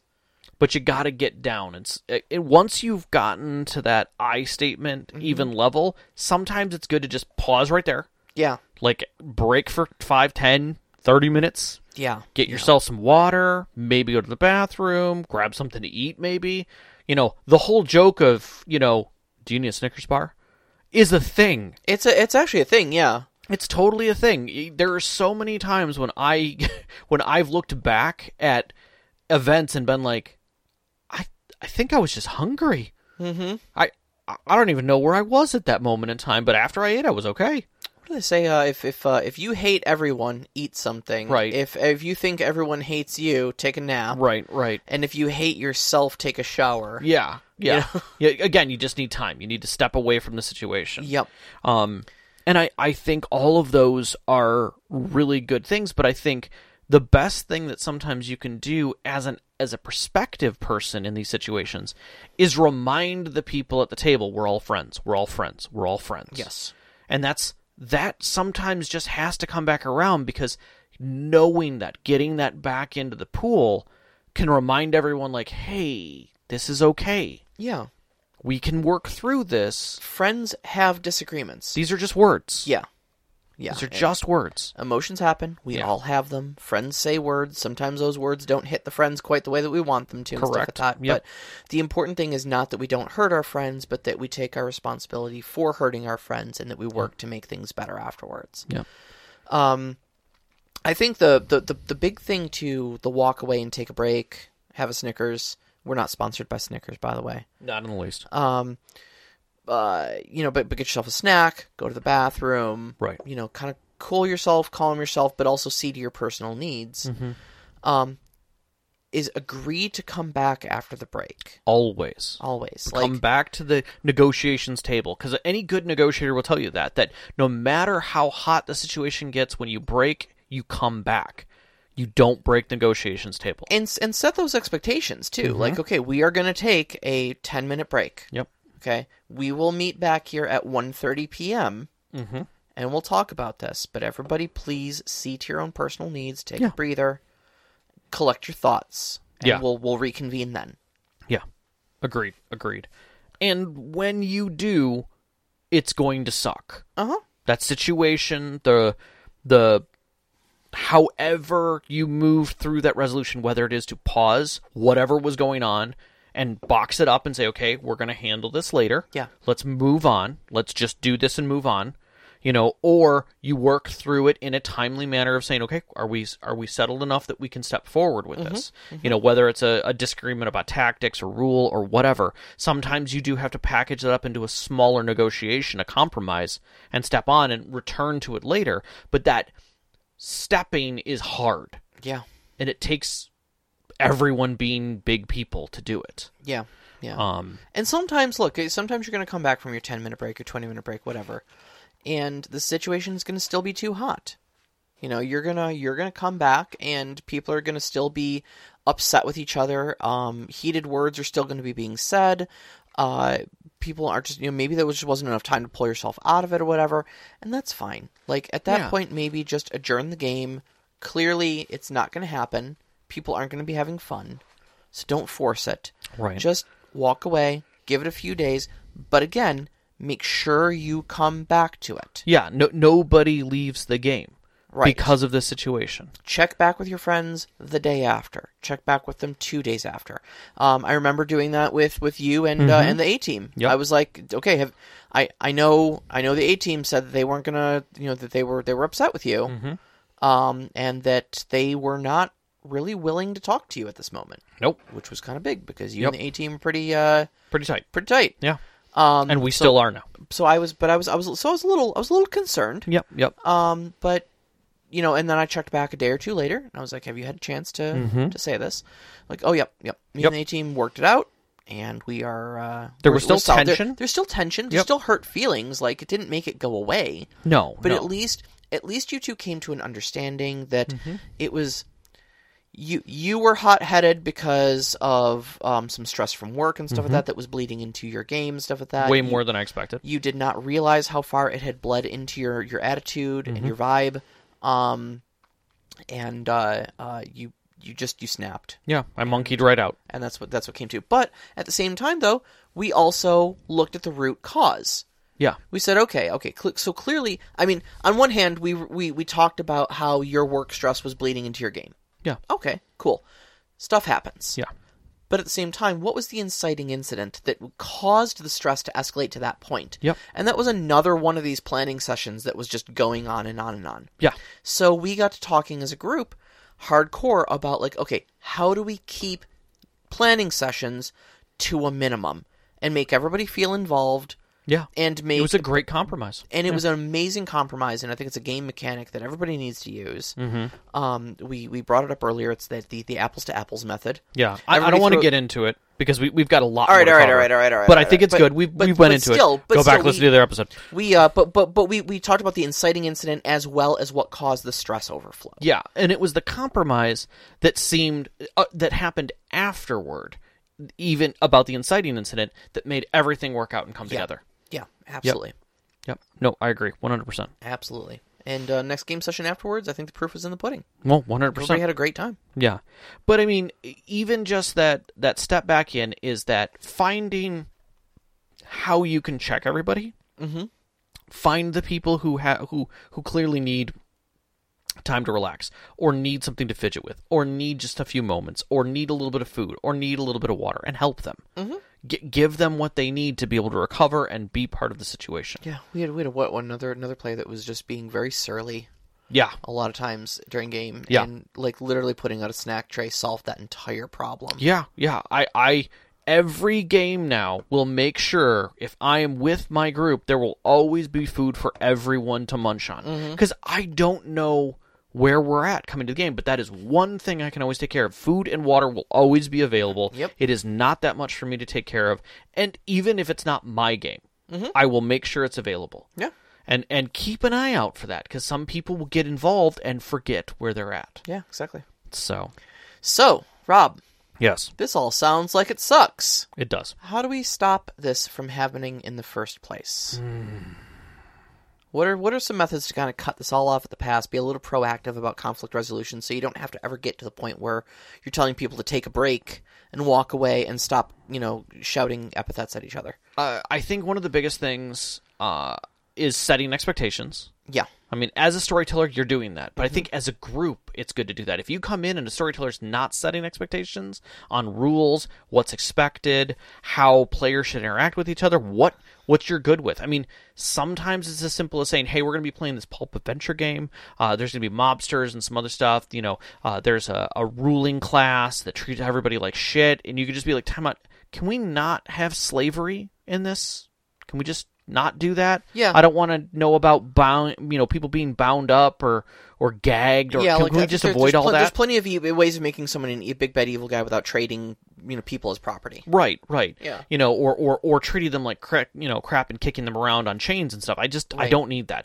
but you got to get down and s- it, it- once you've gotten to that i statement even level sometimes it's good to just pause right there Yeah, like break for 5 10 30 minutes yeah, get yourself some water maybe go to the bathroom grab something to eat maybe you know the whole joke of you know do you need a snickers bar is a thing. It's a, it's actually a thing, yeah. It's totally a thing. E, There are so many times when I (laughs) when I've looked back at events and been like, I I think I was just hungry. Mm-hmm. I I don't even know where I was at that moment in time, but after I ate, I was okay. What do they say? Uh, if if uh, if you hate everyone, eat something. Right. If if you think everyone hates you, take a nap. Right, right. And if you hate yourself, take a shower. Yeah, yeah. yeah. Again, you just need time. You need to step away from the situation. Yep. Um, and I, I think all of those are really good things, but I think the best thing that sometimes you can do as an as a perspective person in these situations is remind the people at the table we're all friends, we're all friends, we're all friends. Yes. And that's that sometimes just has to come back around because knowing that, getting that back into the pool can remind everyone like, hey, this is okay. Yeah. We can work through this. Friends have disagreements. These are just words. yeah. Yeah. These are just words. Emotions happen. We Yeah. all have them. Friends say words. Sometimes those words don't hit the friends quite the way that we want them to. and stuff like Correct. that. Yep. But the important thing is not that we don't hurt our friends, but that we take our responsibility for hurting our friends and that we work to make things better afterwards. Yeah. Um, I think the, the, the, the big thing to the walk away and take a break, have a Snickers. We're not sponsored by Snickers, by the way Not in the least. um uh you know but, but get yourself a snack go to the bathroom Right. you know kind of cool yourself calm yourself but also see to your personal needs Mm-hmm. um is agree to come back after the break Always. always Come like back to the negotiations table because any good negotiator will tell you that that no matter how hot the situation gets when you break, you come back. You don't break negotiations table. and s- and set those expectations too Mm-hmm. like okay we are going to take a 10 minute break Yep. okay we will meet back here at 1:30 p.m. Mm-hmm. and we'll talk about this but everybody please see to your own personal needs take Yeah. a breather collect your thoughts and Yeah. we'll we'll reconvene then Yeah. Agreed. Agreed. And when you do, it's going to suck. Uh-huh. That situation, the the however you move through that resolution, whether it is to pause whatever was going on and box it up and say, okay, we're going to handle this later. Yeah. Let's move on. Let's just do this and move on. You know, or you work through it in a timely manner of saying, okay, are we are we settled enough that we can step forward with this? You know, whether it's a, a disagreement about tactics or rule or whatever. Sometimes you do have to package it up into a smaller negotiation, a compromise, and step on and return to it later. But that stepping is hard Yeah. and it takes everyone being big people to do it Yeah. Yeah. um and sometimes, look, eh, sometimes you're going to come back from your 10 minute break, your 20 minute break, whatever, and the situation's going to still be too hot. You know, you're gonna you're gonna come back, and people are gonna still be upset with each other. Um, heated words are still gonna be being said. Uh, people are just you know maybe there was just wasn't enough time to pull yourself out of it or whatever, and that's fine. Like at that Yeah. point, maybe just adjourn the game. Clearly, it's not gonna happen. People aren't gonna be having fun, so don't force it. right Just walk away, give it a few days, but again, make sure you come back to it. yeah no nobody leaves the game Right. because of this situation Check back with your friends the day after. Check back with them two days after. Um, I remember doing that with with you and uh, and the A team. Mm-hmm. Yep. I was like, okay, have I I know I know the A team said that they weren't gonna you know that they were they were upset with you, Mm-hmm. um, and that they were not really willing to talk to you at this moment, nope which was kind of big because you Yep. and the A team were pretty uh pretty tight pretty tight. yeah Um, and we still are now so I was, but I was, I was, so I was a little, I was a little concerned. yep yep Mm-hmm. Um, but you know, and then I checked back a day or two later, and I was like, "Have you had a chance to to say this?" Like, "Oh, yep, yep." Me Mm-hmm. Yep. and the team worked it out, and we are. Uh, There we're- was still we're solid. There- tension? there's still tension. There's Yep. still hurt feelings. Like it didn't make it go away, no but no. at least, at least you two came to an understanding that Mm-hmm. it was. You you were hot headed because of um, some stress from work and stuff like that that was bleeding into your game stuff like that. Mm-hmm. way You- more than i expected you did not realize how far it had bled into your your attitude and your vibe um and uh uh you you just you snapped yeah i monkeyed right out and that's what that's what came to but at the same time though we also looked at the root cause yeah we said okay okay cl- so clearly i mean on one hand we we we talked about how your work stress was bleeding into your game yeah okay cool stuff happens yeah But at the same time, what was the inciting incident that caused the stress to escalate to that point? Yep. And that was another one of these planning sessions that was just going on and on and on. Yeah. So we got to talking as a group, hardcore, about like, okay, how do we keep planning sessions to a minimum and make everybody feel involved Yeah. and make It was a great compromise. and it was an amazing compromise, and I think it's a game mechanic that everybody needs to use. Mm-hmm. Um, we we brought it up earlier. It's the the, the apples to apples method. Yeah. I, I Everybody don't want to throw- get into it because we, we've got a lot All right, more to all right, cover. all right, all right, all right, But all I think right. it's But- good. We've, but- we went but into still- it. but Go back, still listen we- to the other episode. We uh, but but but we we talked about the inciting incident as well as what caused the stress overflow. Yeah, and it was the compromise that seemed uh, that happened afterward, even about the inciting incident that made everything work out and come together. Yeah, absolutely, Yep. No, I agree, one hundred percent. absolutely. And uh, next game session afterwards, I think the proof was in the pudding. Well, one hundred Everybody percent. had a great time. Yeah, but I mean, e, even just that that step back in is that finding how you can check everybody, Mhm. find the people who ha- who who clearly need time to relax or need something to fidget with or need just a few moments or need a little bit of food or need a little bit of water and help them mm-hmm. give them what they need to be able to recover and be part of the situation Yeah, we had we had a, what one another another player that was just being very surly yeah a lot of times during game. Yeah. and like literally putting out a snack tray solved that entire problem. Yeah, yeah. I, I, every game now will make sure if I am with my group, there will always be food for everyone to munch on. Because I don't know where we're at coming to the game, but that is one thing I can always take care of. Food and water will always be available. Yep. It is not that much for me to take care of, and even if it's not my game, I will make sure it's available. Yeah. And, and keep an eye out for that because some people will get involved and forget where they're at. yeah, exactly. So, So, Rob, yes, this all sounds like it sucks. it does. How do we stop this from happening in the first place? What are what are some methods to kind of cut this all off at the pass? Be a little proactive about conflict resolution, so you don't have to ever get to the point where you're telling people to take a break and walk away and stop, you know, shouting epithets at each other. uh, I think one of the biggest things uh, is setting expectations. Yeah, I mean, as a storyteller, you're doing that, but I think as a group, it's good to do that. If you come in and a storyteller's not setting expectations on rules, what's expected, how players should interact with each other, what what you're good with. I mean, sometimes it's as simple as saying, "Hey, we're going to be playing this pulp adventure game. Uh, there's going to be mobsters and some other stuff. You know, uh, there's a, a ruling class that treats everybody like shit," and you could just be like, "Time out. Can we not have slavery in this? Can we just?" not do that Yeah. i don't want to know about bound you know people being bound up or or gagged or yeah. can, like can we that- just there- avoid there's all pl- There's that plenty of e- ways of making someone an e- big bad evil guy without trading, you know, people as property. right right Yeah. you know or or or treating them like cra- you know crap and kicking them around on chains and stuff i just i Right. don't need that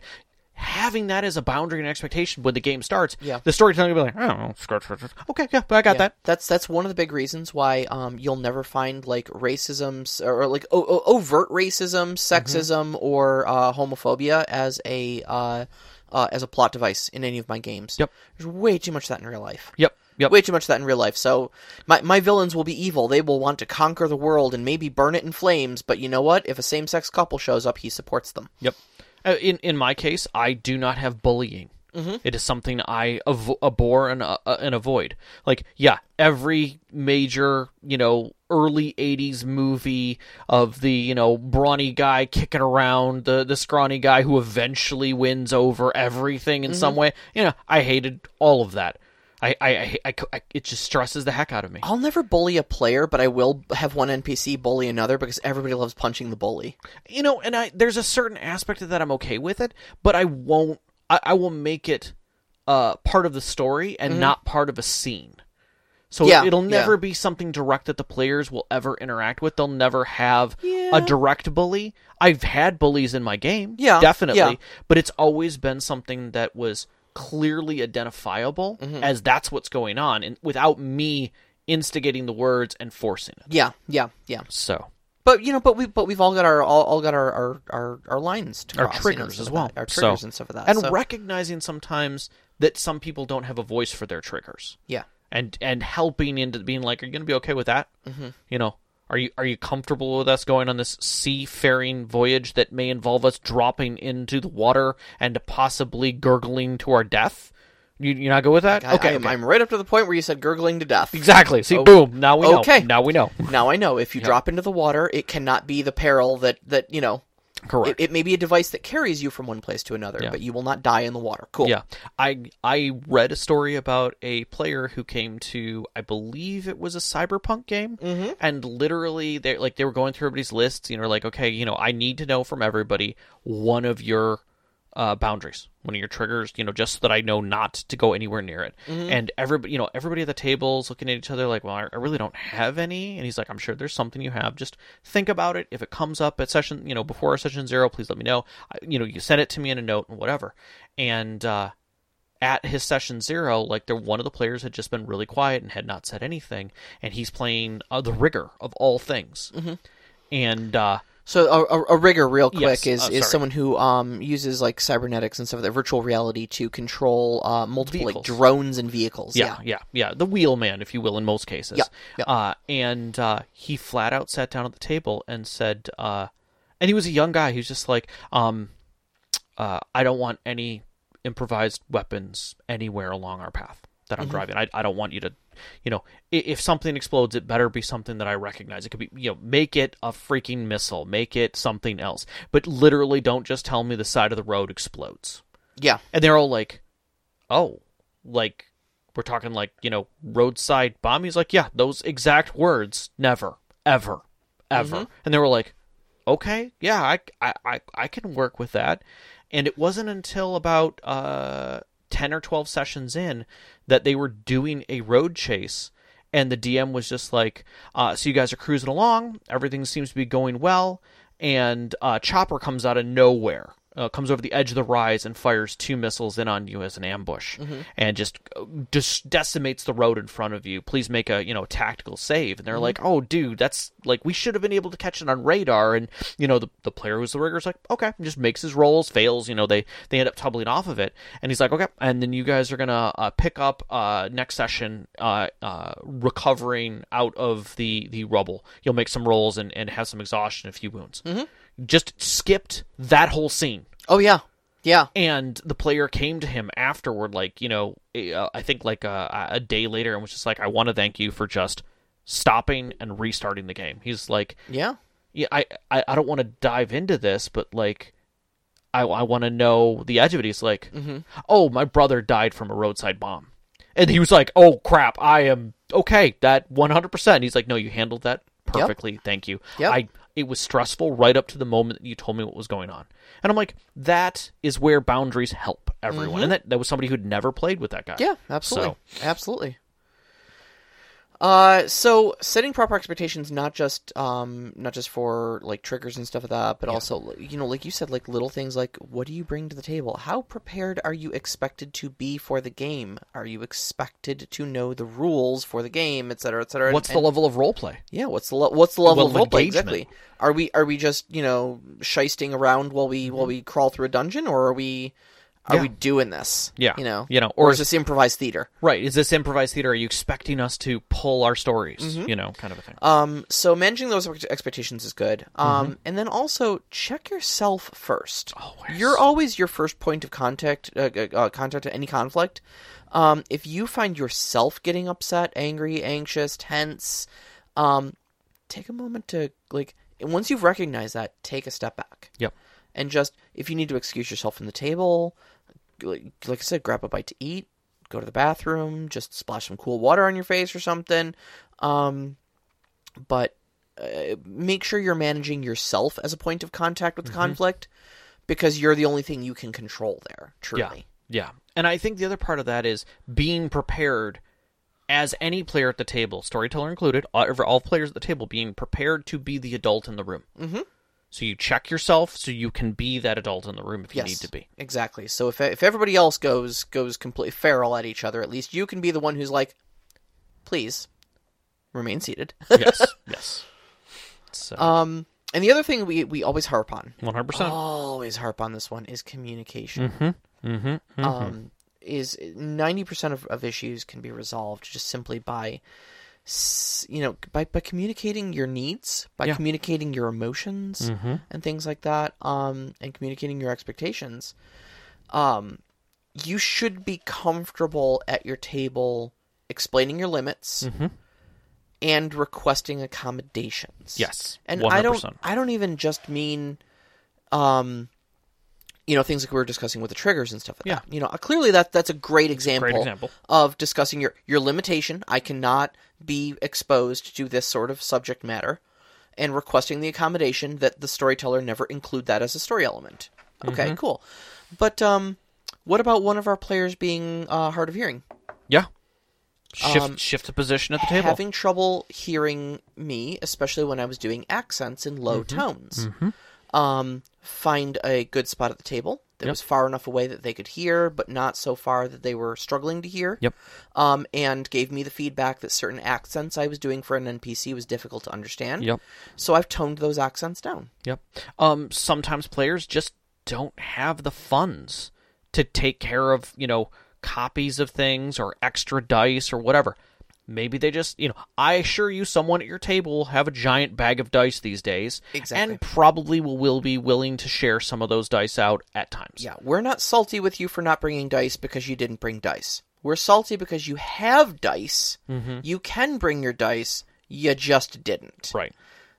having that as a boundary and expectation when the game starts Yeah. the storyteller will be like i don't know scratch, scratch, scratch. okay yeah i got that That's that's one of the big reasons why um you'll never find like racism s- or like o- o- overt Mm-hmm. racism, sexism, or uh, homophobia as a uh, uh, as a plot device in any of my games. Yep. there's way too much of that in real life. yep yep Way too much of that in real life. So my my villains will be evil. They will want to conquer the world and maybe burn it in flames. But you know what? If a same sex couple shows up, he supports them. Yep. Uh, In in my case, I do not have bullying. It is something I avo- abhor and uh, uh, and avoid. Like, yeah, every major you know early '80s movie of the you know brawny guy kicking around the the scrawny guy who eventually wins over everything in some way. You know, I hated all of that. I I, I, I, I it just stresses the heck out of me. I'll never bully a player, but I will have one NPC bully another because everybody loves punching the bully. you know and i there's a certain aspect of that i'm okay with it but i won't i, I will make it uh part of the story and not part of a scene so Mm-hmm. Yeah, it, will yeah. never be something direct that the players will ever interact with they'll never have Yeah. a direct bully i've had bullies in my game Yeah, definitely yeah. but it's always been something that was clearly identifiable Mm-hmm. as that's what's going on and without me instigating the words and forcing it Yeah, yeah, yeah. so But you know, but we but we've all got our all, all got our, our our our lines to our cross, you know, triggers stuff as like well. that. our triggers So- and stuff of that. And so- recognizing sometimes that some people don't have a voice for their triggers. yeah, And and helping into being like, are you gonna be okay with that? Mm-hmm. You know, are you are you comfortable with us going on this seafaring voyage that may involve us dropping into the water and possibly gurgling to our death? You, you're not good with that? I, okay, I'm, okay. I'm right up to the point where you said gurgling to death. exactly. See, Oh, boom. Now we know. okay. Now we know. Now I know if you drop into the water, it cannot be the peril that that you know. It, Correct. it may be a device that carries you from one place to another, but you will not die in the water. Cool. yeah. I I read a story about a player who came to I believe it was a cyberpunk game and literally they like they were going through everybody's lists, you know, like, okay, you know, I need to know from everybody one of your uh, boundaries, one of your triggers, you know, just so that I know not to go anywhere near it. And everybody, you know, everybody at the table's looking at each other like, well, I, I really don't have any. And he's like, I'm sure there's something you have. Just think about it. If it comes up at session, you know, before session zero, please let me know. I, you know, you send it to me in a note and whatever. And uh, at his session zero, like the one of the players had just been really quiet and had not said anything, and he's playing uh, the rigor of all things. And uh, So a, a, a rigger, real quick, Yes. is, Uh, sorry. is someone who um, uses like cybernetics and stuff, that virtual reality to control uh, multiple like Vehicles. drones and vehicles. yeah, yeah, yeah, the wheel man, if you will, in most cases. Yeah, yeah. Uh, and uh, he flat out sat down at the table and said, uh, and he was a young guy. He was just like, um, uh, I don't want any improvised weapons anywhere along our path that I'm Mm-hmm. driving. I, I don't want you to, you know, if, if something explodes, it better be something that I recognize. It could be, you know, make it a freaking missile, make it something else. But literally, don't just tell me the side of the road explodes. yeah, And they're all like, oh, like we're talking like, you know, roadside bomb. He's like, yeah, those exact words. Never, ever, ever. And they were like, okay, yeah, I, I, I, I can work with that. And it wasn't until about uh, 10 or 12 sessions in that they were doing a road chase. And the DM was just like, uh, so you guys are cruising along. Everything seems to be going well. And uh, Chopper comes out of nowhere, uh, comes over the edge of the rise and fires two missiles in on you as an ambush and just uh, dis- decimates the road in front of you. Please make a, you know, tactical save. And they're like, oh, dude, that's like, we should have been able to catch it on radar. And, you know, the, the player who's the rigger's like, okay, and just makes his rolls, fails. You know, they, they end up tumbling off of it. And he's like, okay. And then you guys are going to uh, pick up uh, next session uh, uh, recovering out of the, the rubble. You'll make some rolls and, and have some exhaustion, a few wounds. Just skipped that whole scene oh yeah, yeah. and the player came to him afterward like you know uh, i think like a, a day later and was just like i want to thank you for just stopping and restarting the game he's like Yeah. yeah i i, I don't want to dive into this but like i, I want to know the edge of it he's like oh my brother died from a roadside bomb and he was like oh crap i am okay that 100% he's like no you handled that perfectly thank you Yep. i it was stressful right up to the moment that you told me what was going on and i'm like that is where boundaries help everyone and that, that was somebody who'd never played with that guy Yeah, absolutely. So- Absolutely. Uh, so setting proper expectations, not just um, not just for like triggers and stuff like that, but also you know, like you said, like little things like what do you bring to the table? How prepared are you expected to be for the game? Are you expected to know the rules for the game, et cetera, et cetera? what's the And- level of role play yeah, what's the le- what's the level Level of of roleplay engagement. exactly? Are we are we just you know shysting around while we while we crawl through a dungeon, or are we are Mm-hmm. we Yeah. doing this? Yeah. you know, You know, or, or is this improvised theater? right is this improvised theater are you expecting us to pull our stories you know kind of a thing Um, so managing those ex- expectations is good. Um, and then also check yourself first. Always. You're always your first point of contact, uh, uh, uh, contact to any conflict. Um, if you find yourself getting upset, angry, anxious, tense, um, take a moment to like. Once you've recognized that, take a step back yep and just if you need to excuse yourself from the table, like, like I said, grab a bite to eat, go to the bathroom, just splash some cool water on your face or something. Um, but uh, make sure you're managing yourself as a point of contact Mm-hmm. with the conflict because you're the only thing you can control there. Truly, Yeah. Yeah. And I think the other part of that is being prepared as any player at the table, storyteller included, all, ever- all players at the table being prepared to be the adult in the room. Mm-hmm. So you check yourself so you can be that adult in the room if you need (laughs) to be. exactly. So if if everybody else goes goes completely feral at each other, at least you can be the one who's like, please remain seated. Yes. yes. So um, and the other thing we we always harp on uh, 100%. always harp on this one is communication. Um, is ninety percent of, of issues can be resolved just simply by, s- you know, by, by communicating your needs, by communicating your emotions and things like that, um, and communicating your expectations. Um, you should be comfortable at your table explaining your limits and requesting accommodations. Yes, And I 100%. don't I don't even just mean um you know things like we were discussing with the triggers and stuff like Yeah. that. You know, uh, clearly that that's a great example, example. of discussing your your limitation. I cannot be exposed to this sort of subject matter and requesting the accommodation that the storyteller never include that as a story element. Okay, Mm-hmm. cool. But um what about one of our players being uh, hard of hearing? Yeah. Shift shift the position at the table. Um, having trouble hearing me, especially when I was doing accents in low Mm-hmm. tones. Um, find a good spot at the table that was far enough away that they could hear, but not so far that they were struggling to hear. Yep. Um, and gave me the feedback that certain accents I was doing for an NPC was difficult to understand. Yep. So I've toned those accents down. Yep. Um, sometimes players just don't have the funds to take care of, you know, copies of things or extra dice or whatever. Maybe they just, you know, I assure you, someone at your table will have a giant bag of dice these days, Exactly. and probably will, will be willing to share some of those dice out at times. Yeah, we're not salty with you for not bringing dice because you didn't bring dice. We're salty because you have dice. Mm-hmm. You can bring your dice. You just didn't. Right.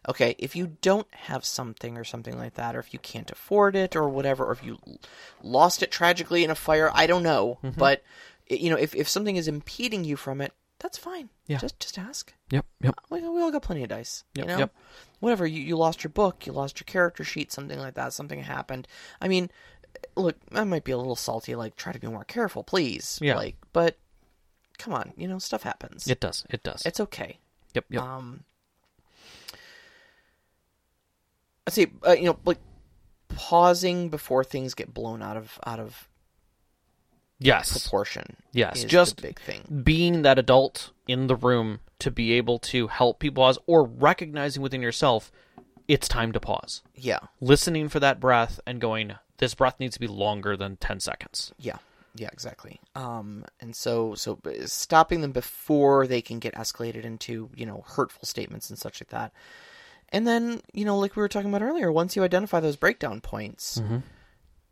Okay, if you don't have something or something like that, or if you can't afford it or whatever, or if you l- lost it tragically in a fire, I don't know. Mm-hmm. But i- you know, if, if something is impeding you from it, that's fine. Yeah. Just just ask. Yep. Yep. We, we all got plenty of dice. Yep, You know? yep. Whatever, you, you lost your book, you lost your character sheet, something like that, something happened. I mean, look, I might be a little salty, like, try to be more careful, please. Yeah. Like, but come on, you know, stuff happens. It does. It does. It's okay. yep. Yep. Um, I see. Uh, you know, like pausing before things get blown out of out of yes. proportion. Yes. is Just the big thing. being that adult in the room to be able to help people pause or recognizing within yourself it's time to pause Yeah, listening for that breath and going this breath needs to be longer than 10 seconds yeah, yeah. Exactly. Um, and so so uh, stopping them before they can get escalated into you know hurtful statements and such like that. And then you know, like we were talking about earlier, once you identify those breakdown points, Mm-hmm.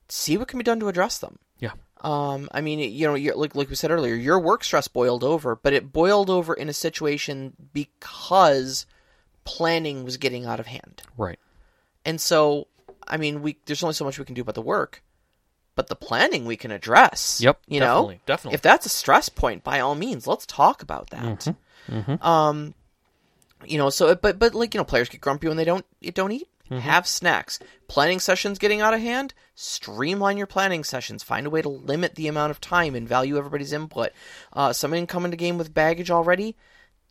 see what can be done to address them. yeah Um, I mean, you know, you're, like like we said earlier, your work stress boiled over, but it boiled over in a situation because planning was getting out of hand. right And so, I mean, we there's only so much we can do about the work, but the planning we can address. Yep, you definitely, know, definitely. If that's a stress point, by all means, let's talk about Mm-hmm. that. Um, you know, so but but like you know, players get grumpy when they don't it don't eat. Mm-hmm. Have snacks. Planning sessions getting out of hand. Streamline your planning sessions. Find a way to limit the amount of time and value everybody's input. Uh, someone come into game with baggage already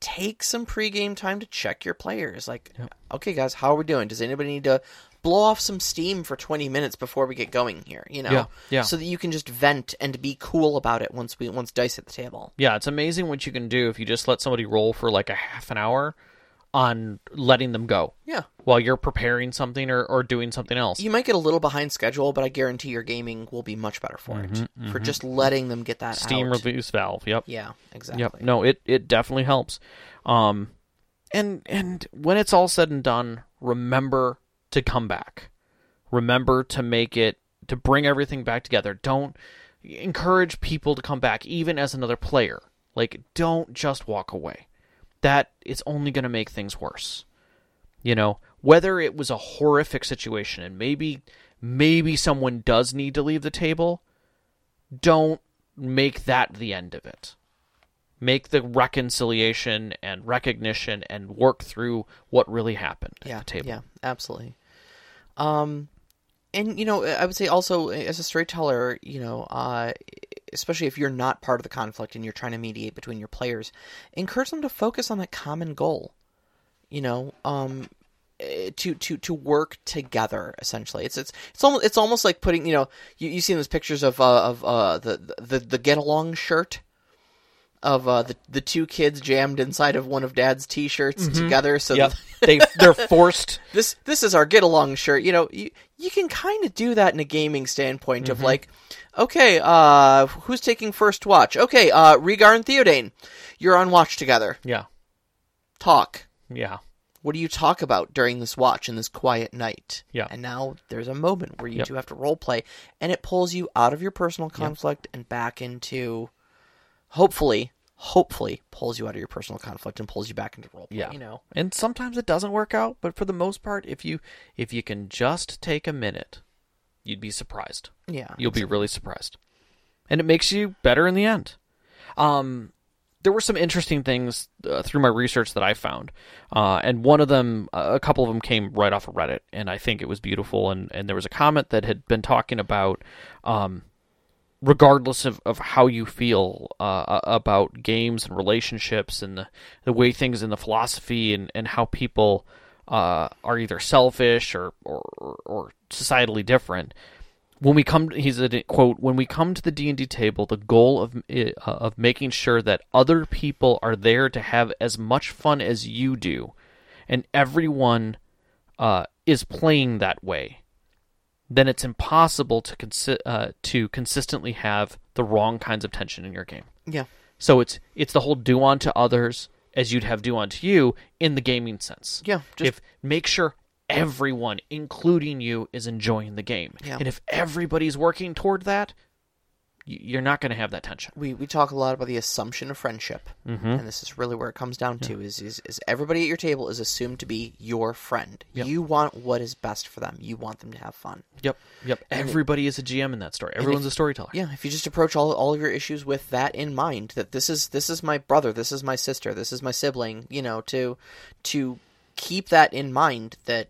take some pregame time to check your players. Like, okay, guys, how are we doing? Does anybody need to blow off some steam for 20 minutes before we get going here? You know, Yeah, yeah. so that you can just vent and be cool about it once we once dice at the table. yeah it's amazing what you can do if you just let somebody roll for like a half an hour on letting them go Yeah, while you're preparing something or, or doing something else you might get a little behind schedule, but I guarantee your gaming will be much better for it for just letting them get that Mm-hmm, steam out. release valve yep yeah, exactly. Yep. No, it it definitely helps. Um and and when it's all said and done, remember to come back. Remember to make it to bring everything back together. Don't encourage people to come back even as another player. Like don't just walk away. That it's only going to make things worse. You know, whether it was a horrific situation and maybe maybe someone does need to leave the table, don't make that the end of it make the reconciliation and recognition and work through what really happened yeah, at the table. Yeah, absolutely. Um, and you know, I would say also as a storyteller, you know, uh, especially if you're not part of the conflict and you're trying to mediate between your players, encourage them to focus on that common goal. You know, um, eh, to to to work together essentially. It's it's it's almost it's almost like putting you know you you see those pictures of uh, of uh, the the the get along shirt of uh, the the two kids jammed inside of one of Dad's t-shirts Mm-hmm. together, so that (laughs) they they're forced. this this is our get along shirt. You know, you, you can kind of do that in a gaming standpoint Mm-hmm. of like, okay, uh, who's taking first watch? Okay, uh, Regar and Theodane, you're on watch together. Yeah. Talk. Yeah. What do you talk about during this watch and this quiet night? Yeah. And now there's a moment where you Yep. two have to role play, and it pulls you out of your personal conflict and back into, hopefully, hopefully pulls you out of your personal conflict and pulls you back into role play. Yeah. You know. and sometimes it doesn't work out but for the most part if you if you can just take a minute you'd be surprised Yeah. you'll be really surprised and it makes you better in the end um there were some interesting things uh, through my research that I found, uh, and one of them, a couple of them came right off of Reddit, and I think it was beautiful. And, and there was a comment that had been talking about, um, regardless of, of how you feel uh, about games and relationships and the, the way things and the philosophy and, and how people uh, are either selfish or, or, or- or societally different. When we come, he's a quote. When we come to the D and D table, the goal of uh, of making sure that other people are there to have as much fun as you do, and everyone uh, is playing that way then it's impossible to consi- uh, to consistently have the wrong kinds of tension in your game. Yeah. So it's it's the whole do unto others as you'd have do unto you in the gaming sense. Yeah, just- if make sure everyone, including you, is enjoying the game, Yeah. and if everybody's working toward that, y- you're not going to have that tension. we, we talk a lot about the assumption of friendship, and this is really where it comes down to: is, is is everybody at your table is assumed to be your friend. You want what is best for them. You want them to have fun. Yep. Yep. Everybody is a GM in that story. Everyone's a storyteller. Yeah, if you just approach all all of your issues with that in mind, that this is this is my brother, this is my sister, this is my sibling, you know, to to keep that in mind that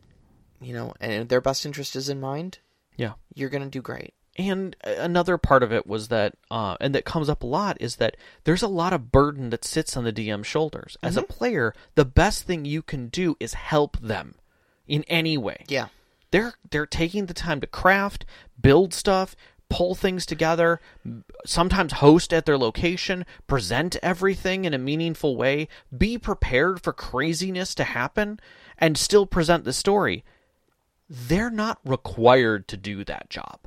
you know, and their best interest is in mind, Yeah. you're gonna do great. And a- another part of it was that, uh, and that comes up a lot, is that there's a lot of burden that sits on the DM's shoulders. As a Mm-hmm. player, the best thing you can do is help them in any way. Yeah. They're they're taking the time to craft, build stuff, pull things together, m- sometimes host at their location, present everything in a meaningful way, be prepared for craziness to happen, and still present the story. They're not required to do that job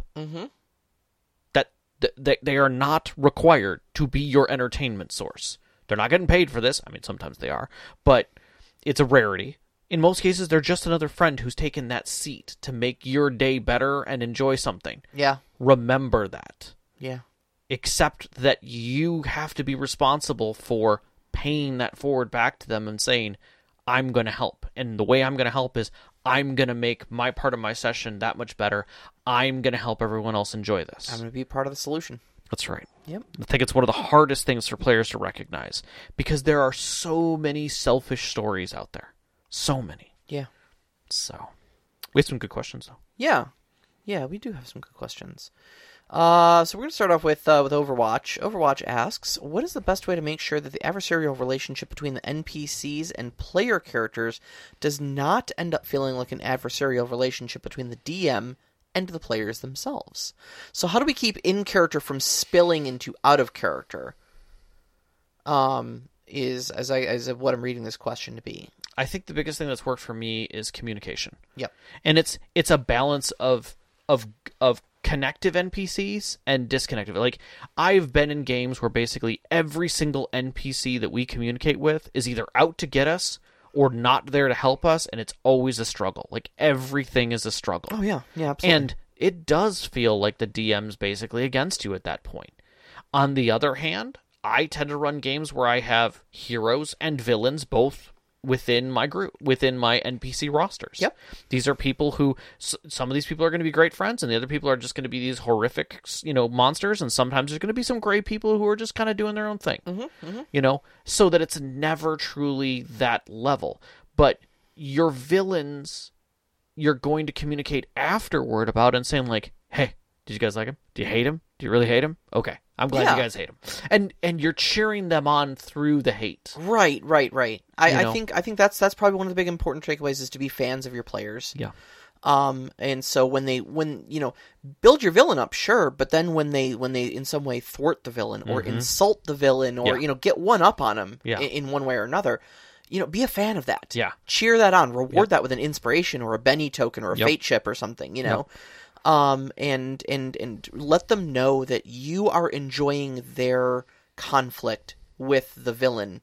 that th- that they are not required to be your entertainment source. They're not getting paid for this. I mean, sometimes they are, but it's a rarity. In most cases, they're just another friend who's taken that seat to make your day better and enjoy something. Yeah. Remember that. Yeah. Except that you have to be responsible for paying that forward back to them and saying, I'm going to help. And the way I'm going to help is I'm going to make my part of my session that much better. I'm going to help everyone else enjoy this. I'm gonna be part of the solution. That's right. Yep. I think it's one of the hardest things for players to recognize because there are so many selfish stories out there. So many. Yeah. So we have some good questions though. Yeah, yeah, we do have some good questions. Uh, so we're going to start off with uh, with Overwatch. Overwatch asks, "What is the best way to make sure that the adversarial relationship between the NPCs and player characters does not end up feeling like an adversarial relationship between the DM and the players themselves? So how do we keep in character from spilling into out of character?" Um, is as I as what I'm reading this question to be. I think the biggest thing that's worked for me is communication. Yep. And it's it's a balance of of of connective NPCs and disconnective. Like I've been in games where basically every single NPC that we communicate with is either out to get us or not there to help us and it's always a struggle. Like everything is a struggle. Oh yeah, yeah, absolutely. And it does feel like the DM's basically against you at that point. On the other hand, I tend to run games where I have heroes and villains both within my group, within my NPC rosters. Yep. These are people who s- some of these people are going to be great friends and the other people are just going to be these horrific, you know, monsters and sometimes there's going to be some great people who are just kind of doing their own thing. Mm-hmm, You know, so that it's never truly that level. But your villains you're going to communicate afterward about and saying like, "Hey, did you guys like him? Do you hate him? Do you really hate him? Okay, I'm glad Yeah. you guys hate him." And and you're cheering them on through the hate. Right, right, right. I, You I know? think I think that's that's probably one of the big important takeaways is to be fans of your players. Yeah. Um, and so when they when you know build your villain up, sure, but then when they when they in some way thwart the villain or insult the villain or Mm-hmm. Yeah. you know get one up on him Yeah. i- in, one way or another, you know, be a fan of that. Yeah. Cheer that on. Reward that with an inspiration or a Benny token or a Yep. fate chip or something. You know. Um, and and and let them know that you are enjoying their conflict with the villain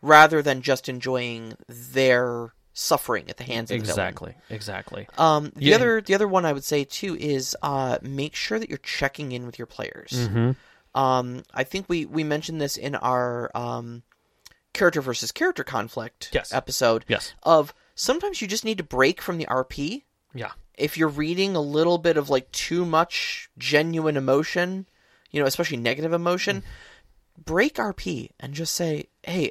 rather than just enjoying their suffering at the hands of the villain. Exactly. Uh, Exactly. Um, the Yeah. other the other one I would say too is uh, make sure that you're checking in with your players. Mm-hmm. Um, I think we we mentioned this in our um, character versus character conflict Yes. episode. Yes. Of sometimes you just need to break from the RP. Yeah. If you're reading a little bit of like too much genuine emotion, you know, especially negative emotion, break RP and just say, "Hey, Mm.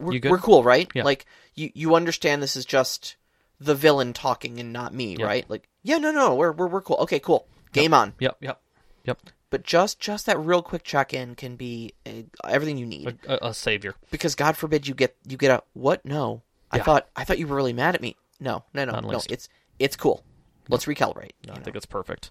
You we're, good? we're cool, right? Yeah. Like you you understand this is just the villain talking and not me, Yeah. right? Like yeah, no, no, we're we're we're cool. Okay, cool. Game on. Yep. Yep. Yep. But just just that real quick check in can be a, everything you need A, a- a savior. because God forbid you get you get a what? No, I Yeah. thought I thought you were really mad at me. No, no, no, Not no. least. It's it's cool. Let's recalibrate. No, you I know? think it's perfect.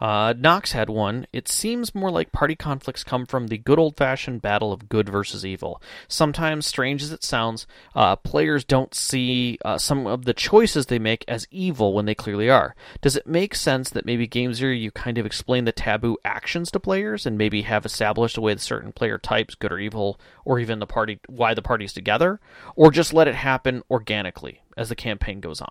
Uh, Knox had one. It seems more like party conflicts come from the good old fashioned battle of good versus evil. Sometimes, strange as it sounds, uh, players don't see uh, some of the choices they make as evil when they clearly are. Does it make sense that maybe Game Zero you kind of explain the taboo actions to players and maybe have established a way that certain player types, good or evil, or even the party, why the party's together, or just let it happen organically as the campaign goes on?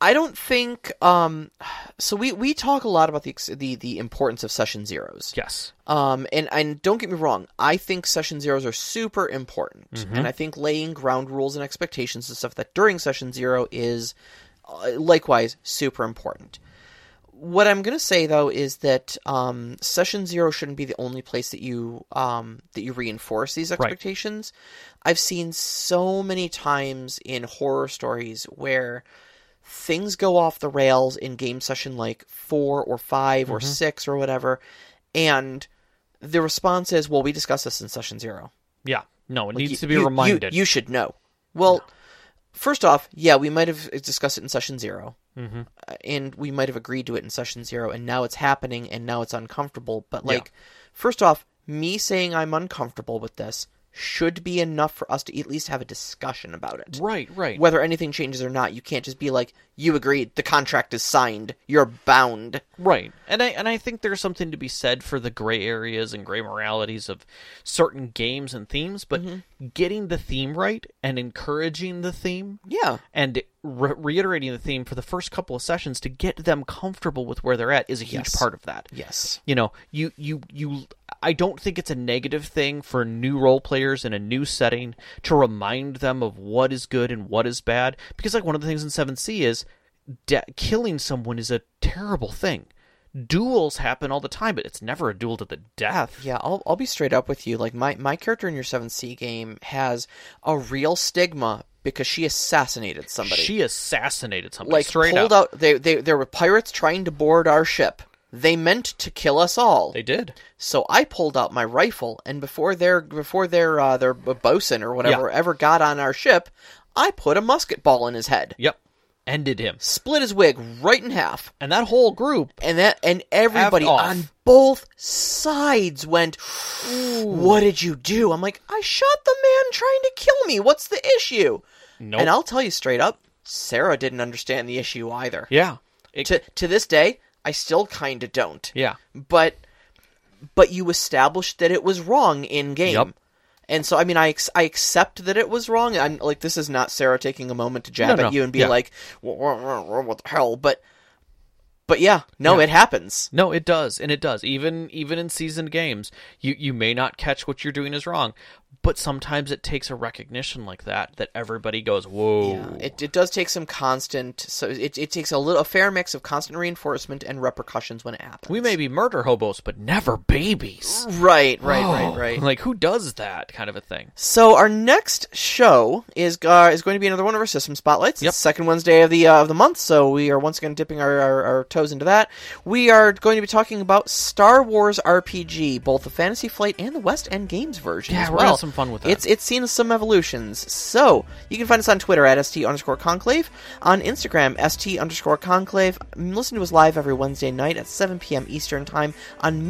I don't think um so we we talk a lot about the ex- the the importance of session zeros. Yes. Um, and and don't get me wrong, I think session zeros are super important, and I think laying ground rules and expectations and stuff that during session zero is uh, likewise super important. What I'm gonna say though is that um, session zero shouldn't be the only place that you um, that you reinforce these expectations. I've seen so many times in horror stories where things go off the rails in game session like four or 5 Mm-hmm. or six or whatever, and the response is, "Well, we discussed this in session zero. Yeah. No, it Like, needs you- to be you- you- reminded. You, should know." Well, first off, yeah, we might have discussed it in session 0 Mm-hmm. uh, and we might have agreed to it in session zero, and now it's happening, and now it's uncomfortable. But like, first off, me saying I'm uncomfortable with this should be enough for us to at least have a discussion about it. Right, right. Whether anything changes or not, you can't just be like, "You agreed, the contract is signed, you're bound." right. And I and I think there's something to be said for the gray areas and gray moralities of certain games and themes, but getting the theme right and encouraging the theme Yeah. and re- reiterating the theme for the first couple of sessions to get them comfortable with where they're at is a huge Yes. part of that. Yes. you know you you you i don't think it's a negative thing for new role players in a new setting to remind them of what is good and what is bad because like one of the things in 7c is de- killing someone is a terrible thing duels happen all the time but it's never a duel to the death Yeah, I'll I'll be straight up with you. Like my my character in your 7C game has a real stigma because she assassinated somebody. she assassinated somebody like straight pulled up out they they there were pirates trying to board our ship. They meant to kill us all. they did So I pulled out my rifle and before their before their uh, their b- bosun or whatever ever got on our ship, I put a musket ball in his head. yep ended him Split his wig right in half. and that whole group and that and everybody Effed off. on both sides went what did you do i'm like i shot the man trying to kill me what's the issue Nope. and i'll tell you straight up sarah didn't understand the issue either yeah It- to to this day i still kind of don't yeah but but you established that it was wrong in game Yep. and so i mean i ex- i accept that it was wrong i'm like this is not sarah taking a moment to jab No, at no, you and be yeah. like "Wha- wha- wha- wha- what the hell but but yeah no it happens No, it does, and it does. Even even in seasoned games, you you may not catch what you're doing is wrong, but sometimes it takes a recognition like that that everybody goes, "Whoa, It, it does take some constant, so it, it takes a little a fair mix of constant reinforcement and repercussions when it happens. we may be murder hobos, but never babies." right, right, right, right. (laughs) Like who does that kind of a thing? So our next show is uh, is going to be another one of our system spotlights. Yep. It's the second Wednesday of the uh, of the month, so we are once again dipping our, our, our toes into that. We are going to be talking about Star Wars RPG, both the Fantasy Flight and the West End Games version. Yeah, as we're gonna well. have some fun with that. It's it's seen some evolutions. So you can find us on Twitter at st underscore conclave, on Instagram st underscore conclave. Listen to us live every Wednesday night at 7 p.m. Eastern time on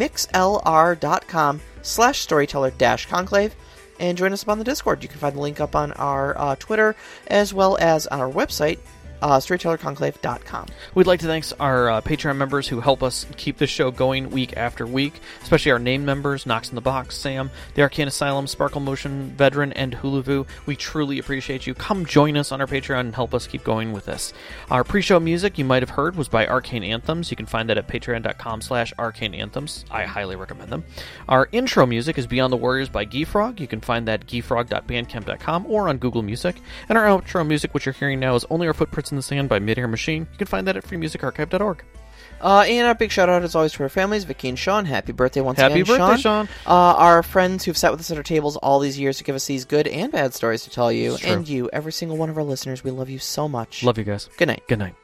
mixlr.com slash storyteller dash conclave and join us up on the Discord. You can find the link up on our uh, Twitter as well as on our website, uh, storytellerconclave.com. We'd like to thank our uh, Patreon members who help us keep this show going week after week, especially our name members, Knox in the Box, Sam, the Arcane Asylum, Sparkle Motion, Veteran, and Hulavu. We truly appreciate you. Come join us on our Patreon and help us keep going with this. Our pre-show music you might have heard was by Arcane Anthems. You can find that at patreon.com slash arcane anthems. I highly recommend them. Our intro music is Beyond the Warriors by Geefrog. You can find that at geefrog.bandcamp.com or on Google Music. And our outro music, which you're hearing now, is Only Our Footprints in the Sand by Midair Machine. You can find that at freemusicarchive.org. Uh, and a big shout out as always to our families, Vicky and Sean. Happy birthday once Happy again, birthday, Sean. Uh, our friends who've sat with us at our tables all these years to give us these good and bad stories to tell you, It's true. and you, every single one of our listeners. We love you so much. Love you guys. Good night. Good night.